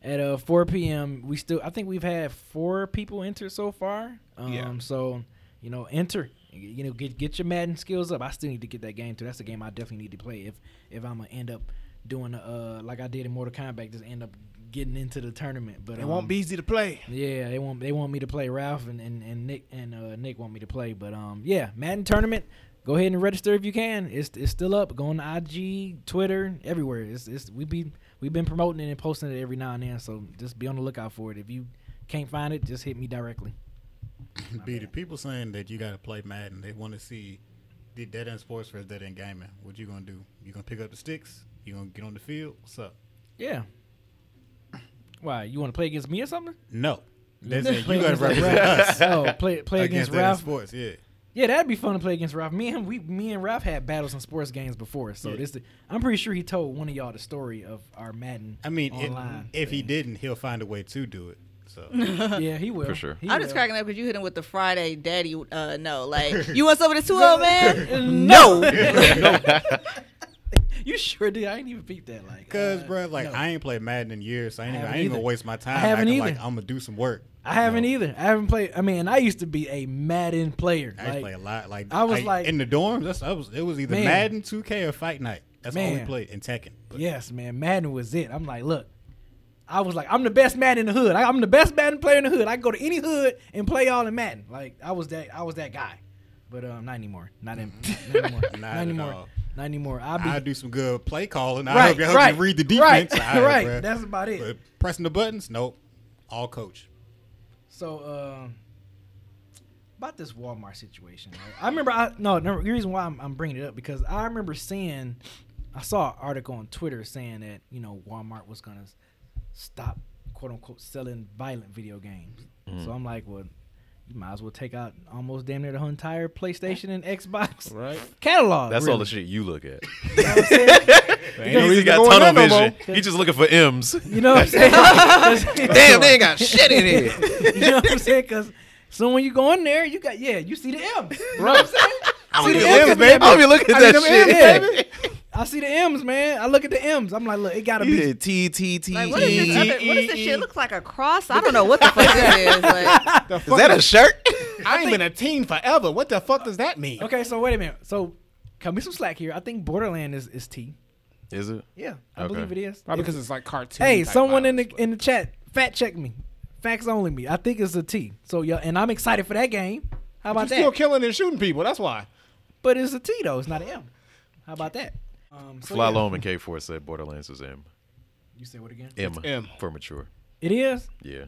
[SPEAKER 2] at uh 4 p.m. We still, I think we've had four people enter so far. Um,
[SPEAKER 3] Yeah.
[SPEAKER 2] So you know, enter. You know, get get your Madden skills up. I still need to get that game too. That's a game I definitely need to play if if I'm gonna end up doing uh like I did in Mortal Kombat, just end up getting into the tournament. But
[SPEAKER 3] It won't
[SPEAKER 2] um,
[SPEAKER 3] be easy to play.
[SPEAKER 2] yeah, they want they want me to play Ralph and, and, and Nick and uh, Nick want me to play, but um yeah, Madden tournament. Go ahead and register if you can. It's it's still up. Go on IG, Twitter, everywhere. It's it's we be we've been promoting it and posting it every now and then. So just be on the lookout for it. If you can't find it, just hit me directly.
[SPEAKER 5] Be the people saying that you got to play Madden. They want to see did that in sports versus that in gaming. What you gonna do? You gonna pick up the sticks? You gonna get on the field? What's up?
[SPEAKER 2] Yeah. Why you want to play against me or something?
[SPEAKER 5] No, that's it.
[SPEAKER 2] Play
[SPEAKER 5] You gotta
[SPEAKER 2] against Ralph.
[SPEAKER 5] represent us
[SPEAKER 2] Oh, play play against,
[SPEAKER 5] against that in
[SPEAKER 2] Ralph.
[SPEAKER 5] sports. Yeah,
[SPEAKER 2] Yeah, that'd be fun to play against Ralph. Me and we, me and Ralph had battles in sports games before, so
[SPEAKER 5] Yeah.
[SPEAKER 2] this I'm pretty sure he told one of y'all the story of our Madden.
[SPEAKER 5] I mean, if,
[SPEAKER 2] online.
[SPEAKER 5] if he didn't, he'll find a way to do it. So
[SPEAKER 2] yeah, he will
[SPEAKER 4] For sure.
[SPEAKER 2] He
[SPEAKER 1] I'm
[SPEAKER 2] will.
[SPEAKER 1] just cracking up because you hit him with the Friday daddy. Uh, no, like you want some of this too, old man? No.
[SPEAKER 2] You sure did. I ain't even peep that. Like,
[SPEAKER 5] Because,
[SPEAKER 2] uh,
[SPEAKER 5] bro, like,
[SPEAKER 2] no.
[SPEAKER 5] I ain't played Madden in years. So I ain't, even, I
[SPEAKER 2] haven't
[SPEAKER 5] ain't gonna
[SPEAKER 2] either.
[SPEAKER 5] waste my time.
[SPEAKER 2] haven't
[SPEAKER 5] acting
[SPEAKER 2] either.
[SPEAKER 5] Like, I'm gonna do some work.
[SPEAKER 2] I haven't either. I haven't played. I mean, I used to be a Madden player.
[SPEAKER 5] I used to
[SPEAKER 2] like,
[SPEAKER 5] play a lot. Like,
[SPEAKER 2] I was like-
[SPEAKER 5] in the dorms. That's I was. It was either
[SPEAKER 2] Man.
[SPEAKER 5] Madden, 2K, or Fight Night. That's all we
[SPEAKER 2] Man.
[SPEAKER 5] played. And Tekken. But
[SPEAKER 2] Yes, man. Madden was it. I'm like, look, I was like, I'm the best Madden in the hood. I, I'm the best Madden player in the hood. I can go to any hood and play all in Madden. Like, I was that. I was that guy. But um, not anymore. Not, in, not anymore. not,
[SPEAKER 5] at
[SPEAKER 2] anymore.
[SPEAKER 5] all.
[SPEAKER 2] Not anymore. I'll be
[SPEAKER 5] I do some good play calling. I
[SPEAKER 2] Right,
[SPEAKER 5] help, you, I help
[SPEAKER 2] right,
[SPEAKER 5] you read the defense.
[SPEAKER 2] right,
[SPEAKER 5] All
[SPEAKER 2] right.
[SPEAKER 5] bruh.
[SPEAKER 2] That's about it.
[SPEAKER 5] But pressing the buttons, nope. All coach.
[SPEAKER 2] So, uh, about this Walmart situation, right? I remember. I no, no. The reason why I'm, I'm bringing it up because I remember seeing, I saw an article on Twitter saying that you know Walmart was gonna
[SPEAKER 4] Mm.
[SPEAKER 2] s- stop, quote unquote, selling violent video games. So I'm like, well, You might as well take out almost damn near the whole entire PlayStation and Xbox
[SPEAKER 3] Right?
[SPEAKER 2] catalog.
[SPEAKER 4] That's all
[SPEAKER 2] Oh, really.
[SPEAKER 4] the shit you look at.
[SPEAKER 3] Ain't
[SPEAKER 4] He
[SPEAKER 3] reason to
[SPEAKER 4] got
[SPEAKER 3] go in
[SPEAKER 4] tunnel
[SPEAKER 3] there no more.
[SPEAKER 4] vision. He just looking for M's.
[SPEAKER 2] You know what I'm saying? 'Cause-
[SPEAKER 4] Damn, they ain't got shit in here.
[SPEAKER 2] you know what I'm saying? Because so when you go in there, you got yeah, you see the M's. You know what I'm saying?
[SPEAKER 4] I'm
[SPEAKER 2] See,
[SPEAKER 4] gonna
[SPEAKER 2] the
[SPEAKER 4] be
[SPEAKER 2] M's,
[SPEAKER 4] looking-
[SPEAKER 2] baby.
[SPEAKER 4] I'm gonna be looking at
[SPEAKER 2] I mean,
[SPEAKER 4] that
[SPEAKER 2] them
[SPEAKER 4] shit.
[SPEAKER 2] M's, I see the M's, man. I look at the M's. I'm like, look, it gotta
[SPEAKER 4] You
[SPEAKER 2] be.
[SPEAKER 4] did T T T
[SPEAKER 1] Like, what is
[SPEAKER 4] E.
[SPEAKER 1] this? Other, what does this shit look like? A cross? I don't know what the fuck this is. Like,
[SPEAKER 3] The fuck
[SPEAKER 4] Is that a shirt?
[SPEAKER 3] I ain't been a teen forever. What the fuck does that mean?
[SPEAKER 2] Okay, so wait a minute. So cut me some slack here. I think Borderland is is T.
[SPEAKER 4] Is it?
[SPEAKER 2] Yeah, I
[SPEAKER 4] Okay.
[SPEAKER 2] believe it is.
[SPEAKER 3] Probably because it's like cartoon.
[SPEAKER 2] Hey,
[SPEAKER 3] type
[SPEAKER 2] someone in the
[SPEAKER 3] violence,
[SPEAKER 2] in the chat, fact check me. Facts only me. I think it's a T. So yeah, and I'm excited for that game. How
[SPEAKER 3] but-
[SPEAKER 2] about
[SPEAKER 3] You're still
[SPEAKER 2] that?
[SPEAKER 3] killing and shooting people. That's why.
[SPEAKER 2] But it's a T though. It's not an M. How about that? Um, so
[SPEAKER 4] Fly
[SPEAKER 2] yeah.
[SPEAKER 4] Loam and K Four said Borderlands is M.
[SPEAKER 2] You say what again?
[SPEAKER 4] M.
[SPEAKER 3] M.
[SPEAKER 4] For mature.
[SPEAKER 2] It is.
[SPEAKER 4] Yeah.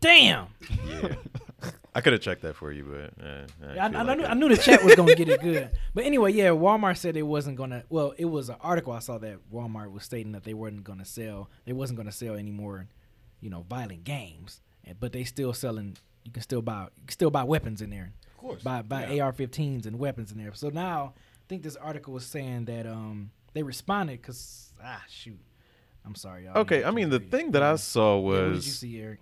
[SPEAKER 2] Damn.
[SPEAKER 4] Yeah. I could have checked that for you, but uh, I,
[SPEAKER 2] I, I,
[SPEAKER 4] feel like
[SPEAKER 2] knew,
[SPEAKER 4] it.
[SPEAKER 2] I knew the chat was gonna get it good, but anyway, yeah. Walmart said it wasn't gonna. Well, it was an article I saw that Walmart was stating that they weren't gonna sell. They wasn't gonna sell any more, you know, violent games. And- But they still selling. You can still buy. You can still buy weapons in there. Of
[SPEAKER 5] course,
[SPEAKER 2] Buy buy AR-15s and weapons in there. So now I think this article was saying that um they responded because ah shoot, I'm sorry y'all.
[SPEAKER 4] Okay, I mean the thing that I saw
[SPEAKER 2] Yeah, what did you
[SPEAKER 4] was
[SPEAKER 2] see, Eric?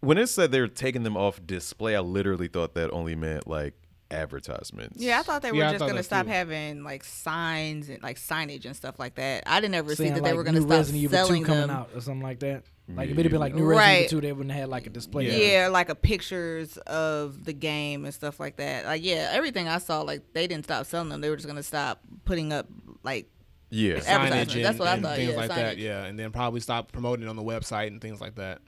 [SPEAKER 4] when it said they were taking them off display. I literally thought that only meant like advertisements.
[SPEAKER 1] yeah, I thought they were
[SPEAKER 3] Yeah, I
[SPEAKER 1] just
[SPEAKER 3] thought
[SPEAKER 1] gonna
[SPEAKER 3] that
[SPEAKER 1] stop
[SPEAKER 3] too.
[SPEAKER 1] having like signs and like signage and stuff like that. I didn't ever see
[SPEAKER 2] Saying,
[SPEAKER 1] that
[SPEAKER 2] like,
[SPEAKER 1] they were gonna
[SPEAKER 2] new
[SPEAKER 1] stop
[SPEAKER 2] Resident Evil 2
[SPEAKER 1] selling
[SPEAKER 2] coming
[SPEAKER 1] them.
[SPEAKER 2] out or something like that. Like if it had been like new Resident
[SPEAKER 1] Right.
[SPEAKER 2] Evil 2, they wouldn't have had like a display.
[SPEAKER 3] Yeah.
[SPEAKER 2] of
[SPEAKER 1] Yeah.
[SPEAKER 2] it.
[SPEAKER 1] like a pictures of the game and stuff like that. Like yeah, everything I saw, like they didn't stop selling them. They were just gonna stop putting up like
[SPEAKER 4] Yeah.
[SPEAKER 1] Ad-
[SPEAKER 3] Signage
[SPEAKER 1] Advertisements.
[SPEAKER 3] and,
[SPEAKER 1] That's what I
[SPEAKER 3] and
[SPEAKER 1] thought,
[SPEAKER 3] things
[SPEAKER 1] yeah,
[SPEAKER 3] like that.
[SPEAKER 1] signage.
[SPEAKER 3] Yeah, and then probably stop promoting it on the website and things like that.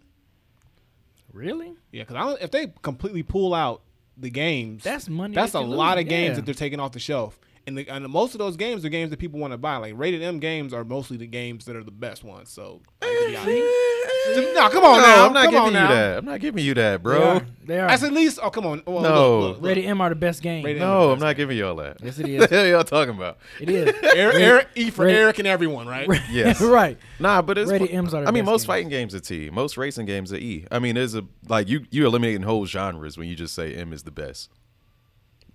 [SPEAKER 2] Really?
[SPEAKER 3] Yeah, because if they completely pull out the games,
[SPEAKER 2] That's money
[SPEAKER 3] That's
[SPEAKER 2] that
[SPEAKER 3] a
[SPEAKER 2] you're
[SPEAKER 3] lot
[SPEAKER 2] losing,
[SPEAKER 3] of games
[SPEAKER 2] yeah.
[SPEAKER 3] that they're taking off the shelf, and, the, and most of those games are games that people want to buy. Like rated M games are mostly the games that are the best ones. So, like, to be honest. no, come on
[SPEAKER 4] No,
[SPEAKER 3] now,
[SPEAKER 4] I'm not
[SPEAKER 3] come
[SPEAKER 4] giving
[SPEAKER 3] on
[SPEAKER 4] you
[SPEAKER 3] now.
[SPEAKER 4] that. I'm not giving you that,
[SPEAKER 2] They
[SPEAKER 4] bro.
[SPEAKER 2] are. They are.
[SPEAKER 3] That's at least. Oh, come on. Well,
[SPEAKER 4] No.
[SPEAKER 3] look, look, look.
[SPEAKER 2] Rated M are the best game.
[SPEAKER 3] Rated M.
[SPEAKER 4] No, I'm not giving you all that.
[SPEAKER 2] Yes, it is.
[SPEAKER 4] What the hell y'all talking about?
[SPEAKER 2] It is.
[SPEAKER 3] Eric, Eric, E for
[SPEAKER 2] Rated-
[SPEAKER 3] Eric and everyone, right?
[SPEAKER 4] Yes.
[SPEAKER 2] right.
[SPEAKER 4] Nah, but it's.
[SPEAKER 2] Rated M's are the
[SPEAKER 4] I mean,
[SPEAKER 2] best
[SPEAKER 4] most
[SPEAKER 2] games.
[SPEAKER 4] fighting games are T. Most racing games are E. I mean, there's a like you you eliminating whole genres when you just say M is the best.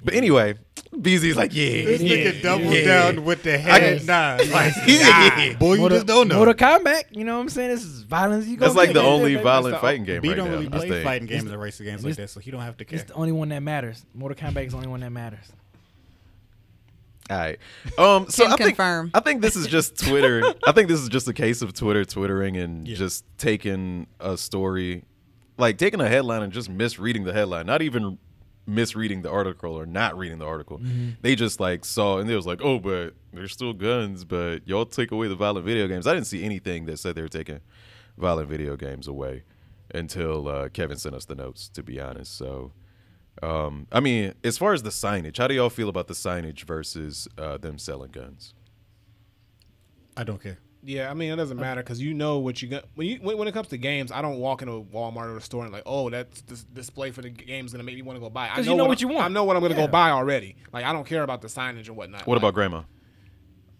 [SPEAKER 4] But anyway, BZ's like, yeah,
[SPEAKER 5] This nigga doubled down with the head nine. Like,
[SPEAKER 4] yeah.
[SPEAKER 5] boy, you
[SPEAKER 2] Mortal,
[SPEAKER 5] just don't know.
[SPEAKER 2] Mortal Kombat. You know what I'm saying? This is violence. You
[SPEAKER 4] That's
[SPEAKER 2] gonna
[SPEAKER 4] like
[SPEAKER 2] get
[SPEAKER 4] the
[SPEAKER 2] right there,
[SPEAKER 4] only
[SPEAKER 2] baby.
[SPEAKER 4] violent
[SPEAKER 3] the-
[SPEAKER 4] fighting game
[SPEAKER 5] B
[SPEAKER 4] right
[SPEAKER 5] don't
[SPEAKER 4] now.
[SPEAKER 5] really
[SPEAKER 4] I
[SPEAKER 5] play
[SPEAKER 4] think.
[SPEAKER 5] fighting games and racing games like
[SPEAKER 2] it's-
[SPEAKER 5] that, so he don't have to care.
[SPEAKER 2] It's the only one that matters. Mortal Kombat is the only one that matters.
[SPEAKER 4] All right. Um, so
[SPEAKER 1] Can
[SPEAKER 4] I think
[SPEAKER 1] confirm.
[SPEAKER 4] I think this is just Twitter. I think this is just a case of Twitter twittering and just taking a story, like taking a headline and just misreading the headline. Not even misreading the article or not reading the article. They just like saw and they was like, oh, but there's still guns, but y'all take away the violent video games. I didn't see anything that said they were taking violent video games away until uh, Kevin sent us the notes. To be honest, so. Um, I mean, as far as the signage, how do y'all feel about the signage versus uh, them selling guns?
[SPEAKER 5] I don't care.
[SPEAKER 3] Yeah, I mean it doesn't matter because you know what you got when you when, when it comes to games. I don't walk into a Walmart or a store and like, oh, that's this display for the g- game's gonna make me want to go buy. it. I
[SPEAKER 2] 'Cause you know what
[SPEAKER 3] I-
[SPEAKER 2] you want.
[SPEAKER 3] I know what I'm gonna
[SPEAKER 2] Yeah.
[SPEAKER 3] go buy already. Like I don't care about the signage and whatnot.
[SPEAKER 4] What
[SPEAKER 3] Like,
[SPEAKER 4] about grandma?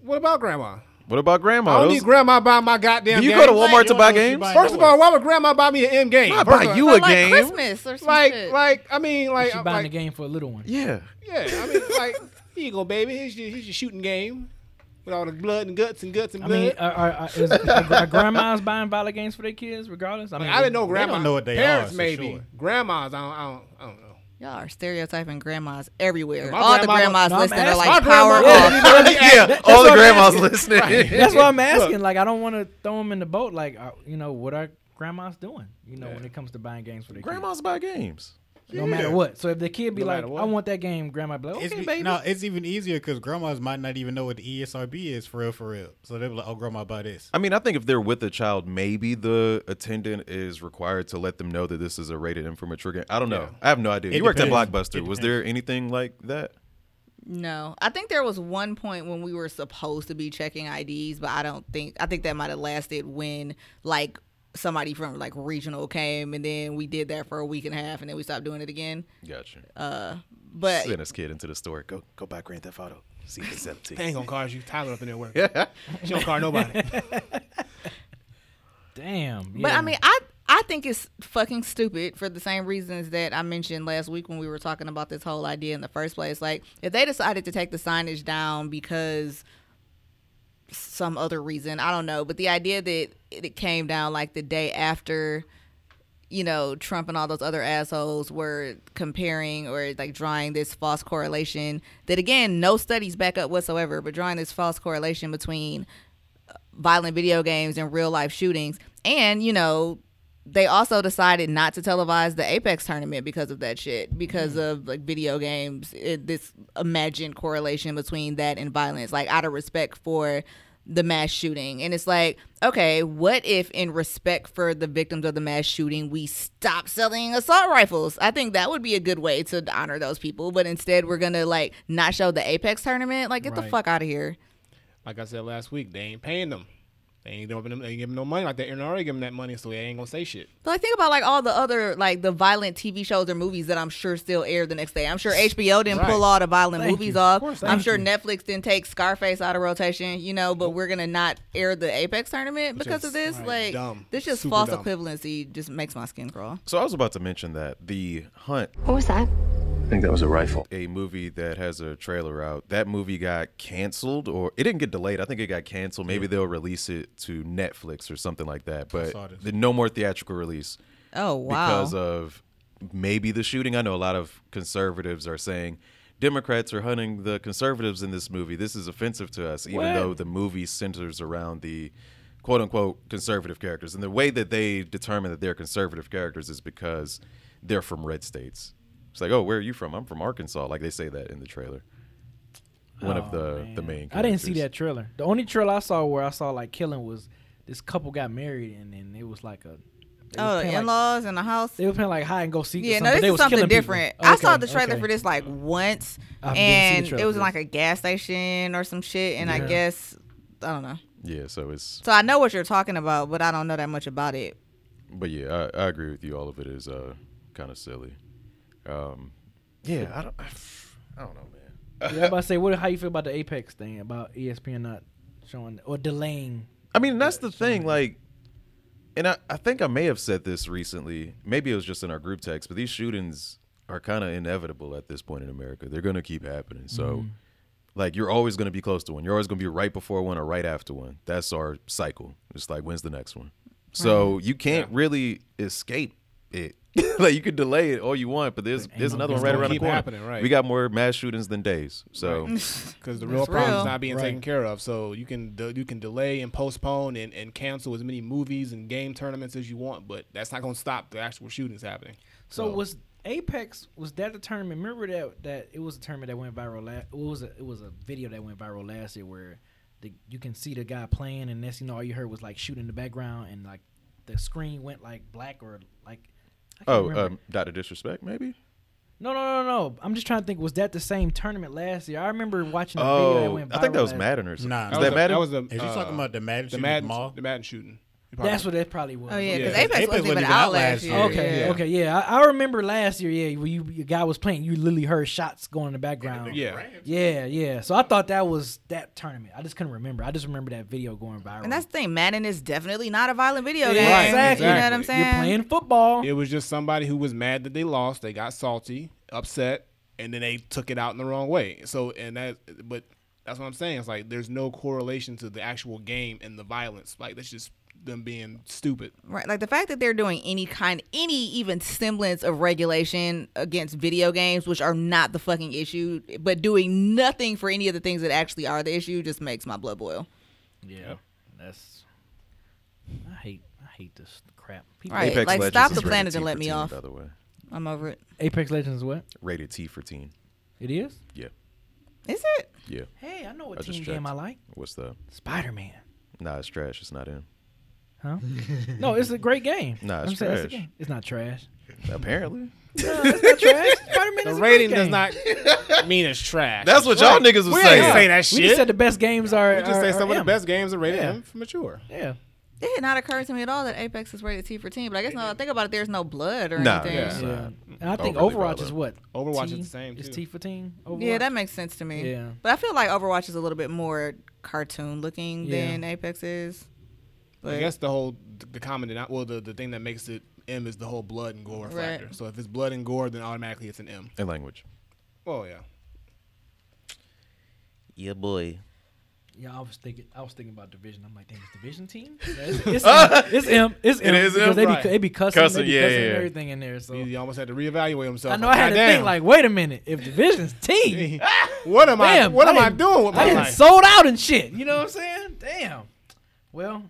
[SPEAKER 3] what about grandma?
[SPEAKER 4] What about grandma?
[SPEAKER 3] I don't
[SPEAKER 4] Those-
[SPEAKER 3] need grandma buying my goddamn.
[SPEAKER 4] do you
[SPEAKER 3] game.
[SPEAKER 4] go to Walmart to
[SPEAKER 5] don't
[SPEAKER 4] buy
[SPEAKER 5] know what you
[SPEAKER 4] games?
[SPEAKER 5] buy.
[SPEAKER 3] First of all, why would grandma buy me an M game?
[SPEAKER 4] I
[SPEAKER 3] First
[SPEAKER 4] buy
[SPEAKER 3] of all,
[SPEAKER 4] you
[SPEAKER 1] Or
[SPEAKER 4] a
[SPEAKER 1] like
[SPEAKER 4] game.
[SPEAKER 1] Christmas or some
[SPEAKER 3] Like,
[SPEAKER 1] shit.
[SPEAKER 3] like I mean, like,
[SPEAKER 2] She
[SPEAKER 3] I'm
[SPEAKER 2] buying
[SPEAKER 3] like
[SPEAKER 2] the game for a little one.
[SPEAKER 4] Yeah.
[SPEAKER 3] yeah, I mean, like here you go, baby. Here's your here's your shooting game with all the blood and guts and guts and
[SPEAKER 2] I
[SPEAKER 3] blood.
[SPEAKER 2] mean, uh, are, are, are, is, are, gr- are grandmas buying violent games for their kids, regardless? I mean,
[SPEAKER 3] I didn't know grandma.
[SPEAKER 5] know what they
[SPEAKER 3] Parents
[SPEAKER 5] are, for
[SPEAKER 3] maybe.
[SPEAKER 5] sure.
[SPEAKER 3] Grandmas, I don't, I don't, I don't know.
[SPEAKER 1] Y'all are stereotyping grandmas everywhere.
[SPEAKER 3] My
[SPEAKER 1] All the
[SPEAKER 3] grandma-
[SPEAKER 1] grandmas
[SPEAKER 2] No, I'm
[SPEAKER 1] listening are
[SPEAKER 2] asking-
[SPEAKER 1] like
[SPEAKER 3] my grandma-
[SPEAKER 1] power
[SPEAKER 3] Yeah.
[SPEAKER 1] off.
[SPEAKER 4] yeah.
[SPEAKER 2] that's
[SPEAKER 4] all the
[SPEAKER 2] what I'm
[SPEAKER 4] grandmas
[SPEAKER 2] asking.
[SPEAKER 4] listening.
[SPEAKER 2] That's why I'm asking. Like, I don't want to throw them in the boat. Like, uh, you know, what are grandmas doing? You know, when it comes to buying games for their kids.
[SPEAKER 4] Grandmas buy games.
[SPEAKER 2] no matter what. So if the kid be
[SPEAKER 3] No
[SPEAKER 2] like,
[SPEAKER 3] matter
[SPEAKER 2] "I
[SPEAKER 3] what.
[SPEAKER 2] want that game," grandma be like, "Okay,
[SPEAKER 5] It's be-
[SPEAKER 2] baby."
[SPEAKER 5] no, it's even easier because grandmas might not even know what the E ESRB is for real, for real. So they're like, "Oh, grandma, buy this."
[SPEAKER 4] I mean, I think if they're with a child, maybe the attendant is required to let them know that this is a rated M for mature game. I don't know. I have no idea. you worked
[SPEAKER 5] depends.
[SPEAKER 4] at Blockbuster. Was there anything like that?
[SPEAKER 1] No, I think there was one point when we were supposed to be checking IDs, but I don't think I think that might have lasted when like somebody from like regional came, and then we did that for a week and a half, and then we stopped doing it again.
[SPEAKER 4] Gotcha.
[SPEAKER 1] But
[SPEAKER 4] Send this kid into the store. Go go buy Grand Theft Auto. See if it's
[SPEAKER 3] They
[SPEAKER 4] 17.
[SPEAKER 3] ain't gonna cause you. Tyler up in there working. she don't call nobody.
[SPEAKER 2] Damn.
[SPEAKER 1] but
[SPEAKER 2] yeah.
[SPEAKER 1] I mean, I I think it's fucking stupid for the same reasons that I mentioned last week when we were talking about this whole idea in the first place. Like, if they decided to take the signage down because some other reason, I don't know, but the idea that it came down like the day after, you know, Trump and all those other assholes were comparing or like drawing this false correlation that, again, no studies back up whatsoever, but drawing this false correlation between violent video games and real life shootings. And, you know, they also decided not to televise the Apex tournament because of that shit, because of like video games, it, this imagined correlation between that and violence, like out of respect for the mass shooting. And it's like, okay, what if in respect for the victims of the mass shooting, we stop selling assault rifles? I think that would be a good way to honor those people, but instead we're going to like not show the Apex tournament. Like, get the
[SPEAKER 3] Right.
[SPEAKER 1] fuck out of here.
[SPEAKER 3] Like I said last week, they ain't paying them. They ain't giving them, they ain't giving no money. Like the NRA giving them that money, so they ain't gonna say shit.
[SPEAKER 1] But like think about like all the other like the violent TV shows or movies that I'm sure still air the next day. I'm sure HBO didn't
[SPEAKER 3] Right.
[SPEAKER 1] pull all the violent
[SPEAKER 2] Thank
[SPEAKER 1] movies
[SPEAKER 2] you.
[SPEAKER 1] off.
[SPEAKER 3] course,
[SPEAKER 1] I'm
[SPEAKER 3] thank
[SPEAKER 1] sure Netflix didn't take Scarface out of rotation, you know. But we're gonna not air the Apex tournament because of
[SPEAKER 3] is,
[SPEAKER 1] this.
[SPEAKER 3] right,
[SPEAKER 1] Like
[SPEAKER 3] dumb.
[SPEAKER 1] this just
[SPEAKER 3] Super
[SPEAKER 1] false
[SPEAKER 3] dumb.
[SPEAKER 1] equivalency just makes my skin crawl.
[SPEAKER 4] So I was about to mention that the Hunt,
[SPEAKER 6] What was that?
[SPEAKER 7] I think that was a rifle.
[SPEAKER 4] a movie that has a trailer out, that movie got canceled or it didn't get delayed. I think it got canceled. Maybe they'll release it to Netflix or something like that. But
[SPEAKER 5] saw this.
[SPEAKER 4] the no more theatrical release.
[SPEAKER 1] Oh wow!
[SPEAKER 4] because uh, of maybe the shooting. I know a lot of conservatives are saying Democrats are hunting the conservatives in this movie. This is offensive to us, even though the movie centers around the quote unquote conservative characters. And the way that they determine that they're conservative characters is because they're from red states. It's like, oh, where are you from? I'm from Arkansas. Like they say that in the trailer. One of the the main.
[SPEAKER 2] Oh, I didn't see
[SPEAKER 4] characters.
[SPEAKER 2] that trailer. The only trailer I saw where I saw like killing was this couple got married and then it was like a they was
[SPEAKER 1] oh,
[SPEAKER 2] playing,
[SPEAKER 1] the
[SPEAKER 2] like-
[SPEAKER 1] in-laws in the house.
[SPEAKER 2] they were playing like hide and go seek. or
[SPEAKER 1] Yeah,
[SPEAKER 2] something,
[SPEAKER 1] no,
[SPEAKER 2] but
[SPEAKER 1] this
[SPEAKER 2] they
[SPEAKER 1] is
[SPEAKER 2] was
[SPEAKER 1] something
[SPEAKER 2] killing people.
[SPEAKER 1] different. I saw
[SPEAKER 2] Okay,
[SPEAKER 1] the trailer
[SPEAKER 2] okay.
[SPEAKER 1] for this like once,
[SPEAKER 2] I didn't see the
[SPEAKER 1] and
[SPEAKER 2] trailer
[SPEAKER 1] it was
[SPEAKER 2] for
[SPEAKER 1] in like
[SPEAKER 2] this.
[SPEAKER 1] a gas station or some shit. And I guess I don't know.
[SPEAKER 4] Yeah, so it's
[SPEAKER 1] So I know what you're talking about, but I don't know that much about it.
[SPEAKER 4] but yeah, I, I agree with you. All of it is uh, kind of silly. Um, yeah, I don't, I don't know, man.
[SPEAKER 2] Yeah, I'm about to say, what? How you feel about the Apex thing about E ESPN not showing or delaying?
[SPEAKER 4] I mean, that's the thing. Like, and I, I think I may have said this recently. Maybe it was just in our group text, but these shootings are kind of inevitable at this point in America. They're going to keep happening. So,
[SPEAKER 3] Mm-hmm.
[SPEAKER 4] like, you're always going to be close to one. You're always going to be right before one or right after one. That's our cycle. It's like, when's the next one? So, you can't really escape it. like, you can delay it all you want, but there's there's another one right
[SPEAKER 3] gonna
[SPEAKER 4] around the
[SPEAKER 3] keep
[SPEAKER 4] corner.
[SPEAKER 3] happening, right.
[SPEAKER 4] We got more mass shootings than days. So,
[SPEAKER 3] Because the real
[SPEAKER 1] It's
[SPEAKER 3] problem's
[SPEAKER 1] real.
[SPEAKER 3] not being
[SPEAKER 5] Right.
[SPEAKER 3] taken care of. So you can de- you can delay and postpone and, and cancel as many movies and game tournaments as you want, but that's not gonna stop the actual shootings happening.
[SPEAKER 2] So was Apex was that the tournament? Remember that that it was a tournament that went viral last. It was a, it was a video that went viral last year where the, you can see the guy playing, and next you know all you heard was like shooting in the background, and like the screen went like black or like. I can't
[SPEAKER 4] oh,
[SPEAKER 2] remember.
[SPEAKER 4] um, Dr. Disrespect, maybe?
[SPEAKER 2] no, no, no, no! I'm just trying to think. Was that the same tournament last year? I remember watching a video that
[SPEAKER 4] Oh,
[SPEAKER 2] went viral.
[SPEAKER 4] I think that was
[SPEAKER 2] last-
[SPEAKER 4] Madden or something.
[SPEAKER 5] Nah.
[SPEAKER 4] Is
[SPEAKER 3] was a-
[SPEAKER 5] That
[SPEAKER 4] that Madden?
[SPEAKER 3] That was a,
[SPEAKER 5] If you're talking about the Madden
[SPEAKER 3] Uh, the
[SPEAKER 5] shooting
[SPEAKER 3] Madden,
[SPEAKER 5] mall,
[SPEAKER 3] the Madden shooting. You probably-
[SPEAKER 2] That's what that probably was.
[SPEAKER 1] Oh yeah, because
[SPEAKER 3] Yeah.
[SPEAKER 1] Apex,
[SPEAKER 5] Apex
[SPEAKER 1] wasn't even out last year.
[SPEAKER 2] Okay,
[SPEAKER 3] Yeah.
[SPEAKER 2] okay, yeah. I, I remember last year, yeah, when you your guy was playing, you literally heard shots going in the background.
[SPEAKER 3] Yeah.
[SPEAKER 2] Yeah, yeah. So I thought that was that tournament. I just couldn't remember. I just remember that video going viral.
[SPEAKER 1] And that's the thing, Madden is definitely not a violent video
[SPEAKER 2] Yeah,
[SPEAKER 1] game.
[SPEAKER 2] Right,
[SPEAKER 1] You know what I'm
[SPEAKER 3] exactly.
[SPEAKER 1] saying?
[SPEAKER 2] you're playing football.
[SPEAKER 3] It was just somebody who was mad that they lost. They got salty, upset, and then they took it out in the wrong way. So and that, but that's what I'm saying. It's like there's no correlation to the actual game and the violence. Like that's just them being stupid.
[SPEAKER 1] Right. Like the fact that they're doing any kind any even semblance of regulation against video games, which are not the fucking issue, but doing nothing for any of the things that actually are the issue just makes my blood boil.
[SPEAKER 2] Yeah, that's. I hate, I hate this crap. People,
[SPEAKER 1] Right.
[SPEAKER 4] Apex
[SPEAKER 1] like
[SPEAKER 4] Legends
[SPEAKER 1] stop
[SPEAKER 4] is
[SPEAKER 1] the
[SPEAKER 4] rated
[SPEAKER 1] planet
[SPEAKER 4] T
[SPEAKER 1] and
[SPEAKER 4] for
[SPEAKER 1] let me
[SPEAKER 4] teen,
[SPEAKER 1] off.
[SPEAKER 4] By the way,
[SPEAKER 1] I'm over it.
[SPEAKER 2] Apex Legends is what?
[SPEAKER 4] rated T for teen.
[SPEAKER 2] It is.
[SPEAKER 4] Yeah,
[SPEAKER 1] Is it?
[SPEAKER 4] yeah.
[SPEAKER 2] Hey, I know what
[SPEAKER 4] I just
[SPEAKER 2] team
[SPEAKER 4] checked.
[SPEAKER 2] game I like.
[SPEAKER 4] What's the?
[SPEAKER 2] Spider Man.
[SPEAKER 4] Nah, it's trash. It's not in.
[SPEAKER 2] Huh? no, it's a great game.
[SPEAKER 4] Nah, it's
[SPEAKER 2] I'm saying a
[SPEAKER 4] trash.
[SPEAKER 2] game. It's not trash.
[SPEAKER 4] Apparently,
[SPEAKER 2] It's not trash. Spider Man
[SPEAKER 3] The
[SPEAKER 2] is a
[SPEAKER 3] rating
[SPEAKER 2] great
[SPEAKER 3] does
[SPEAKER 2] game.
[SPEAKER 3] not mean it's trash.
[SPEAKER 4] that's what y'all niggas was
[SPEAKER 3] we
[SPEAKER 4] saying.
[SPEAKER 3] ain't say that
[SPEAKER 2] We just
[SPEAKER 3] shit.
[SPEAKER 2] said the best games are.
[SPEAKER 3] we just
[SPEAKER 2] are-
[SPEAKER 3] say
[SPEAKER 2] are
[SPEAKER 3] some of the
[SPEAKER 2] M.
[SPEAKER 3] best games are rated
[SPEAKER 2] Yeah.
[SPEAKER 3] M for mature.
[SPEAKER 2] Yeah.
[SPEAKER 1] It had not occurred to me at all that Apex is rated T for teen, but I guess now that I think about it, there's no blood or
[SPEAKER 4] Nah,
[SPEAKER 1] anything.
[SPEAKER 4] yeah.
[SPEAKER 1] Yeah.
[SPEAKER 2] Yeah. And I think
[SPEAKER 4] Overly
[SPEAKER 2] Overwatch is
[SPEAKER 4] violent.
[SPEAKER 2] what?
[SPEAKER 3] Oh, Overwatch is
[SPEAKER 2] T?
[SPEAKER 3] the same,
[SPEAKER 2] Is
[SPEAKER 3] too.
[SPEAKER 2] T for teen? Overwatch?
[SPEAKER 1] that makes sense to me.
[SPEAKER 2] Yeah.
[SPEAKER 1] But I feel like Overwatch is a little bit more cartoon looking
[SPEAKER 2] Yeah.
[SPEAKER 1] than Apex is. But
[SPEAKER 3] I guess the whole the common denom- well the, the thing that makes it M is the whole blood and gore
[SPEAKER 1] Right.
[SPEAKER 3] factor. So if it's blood and gore, then automatically it's an M.
[SPEAKER 4] and language.
[SPEAKER 3] Oh yeah.
[SPEAKER 6] Yeah, boy.
[SPEAKER 2] Yeah, I was thinking. I was thinking about division. I'm like, dang, it's division team. It's it's M. It's M. It's M
[SPEAKER 4] is
[SPEAKER 2] because
[SPEAKER 4] M,
[SPEAKER 2] they be
[SPEAKER 3] right.
[SPEAKER 2] they be cussing,
[SPEAKER 4] Cussing,
[SPEAKER 2] they be
[SPEAKER 4] yeah,
[SPEAKER 2] cussing
[SPEAKER 4] yeah.
[SPEAKER 2] and everything in there. So
[SPEAKER 3] He almost had to reevaluate himself.
[SPEAKER 2] I know I had to think
[SPEAKER 3] "God
[SPEAKER 2] like, wait a minute, if division's team,
[SPEAKER 3] damn, what am I
[SPEAKER 2] damn,
[SPEAKER 3] what am I
[SPEAKER 2] didn't-
[SPEAKER 3] doing with
[SPEAKER 2] I
[SPEAKER 3] my
[SPEAKER 2] didn't
[SPEAKER 3] life?
[SPEAKER 2] sold out and shit. You know what I'm saying? Damn. Well,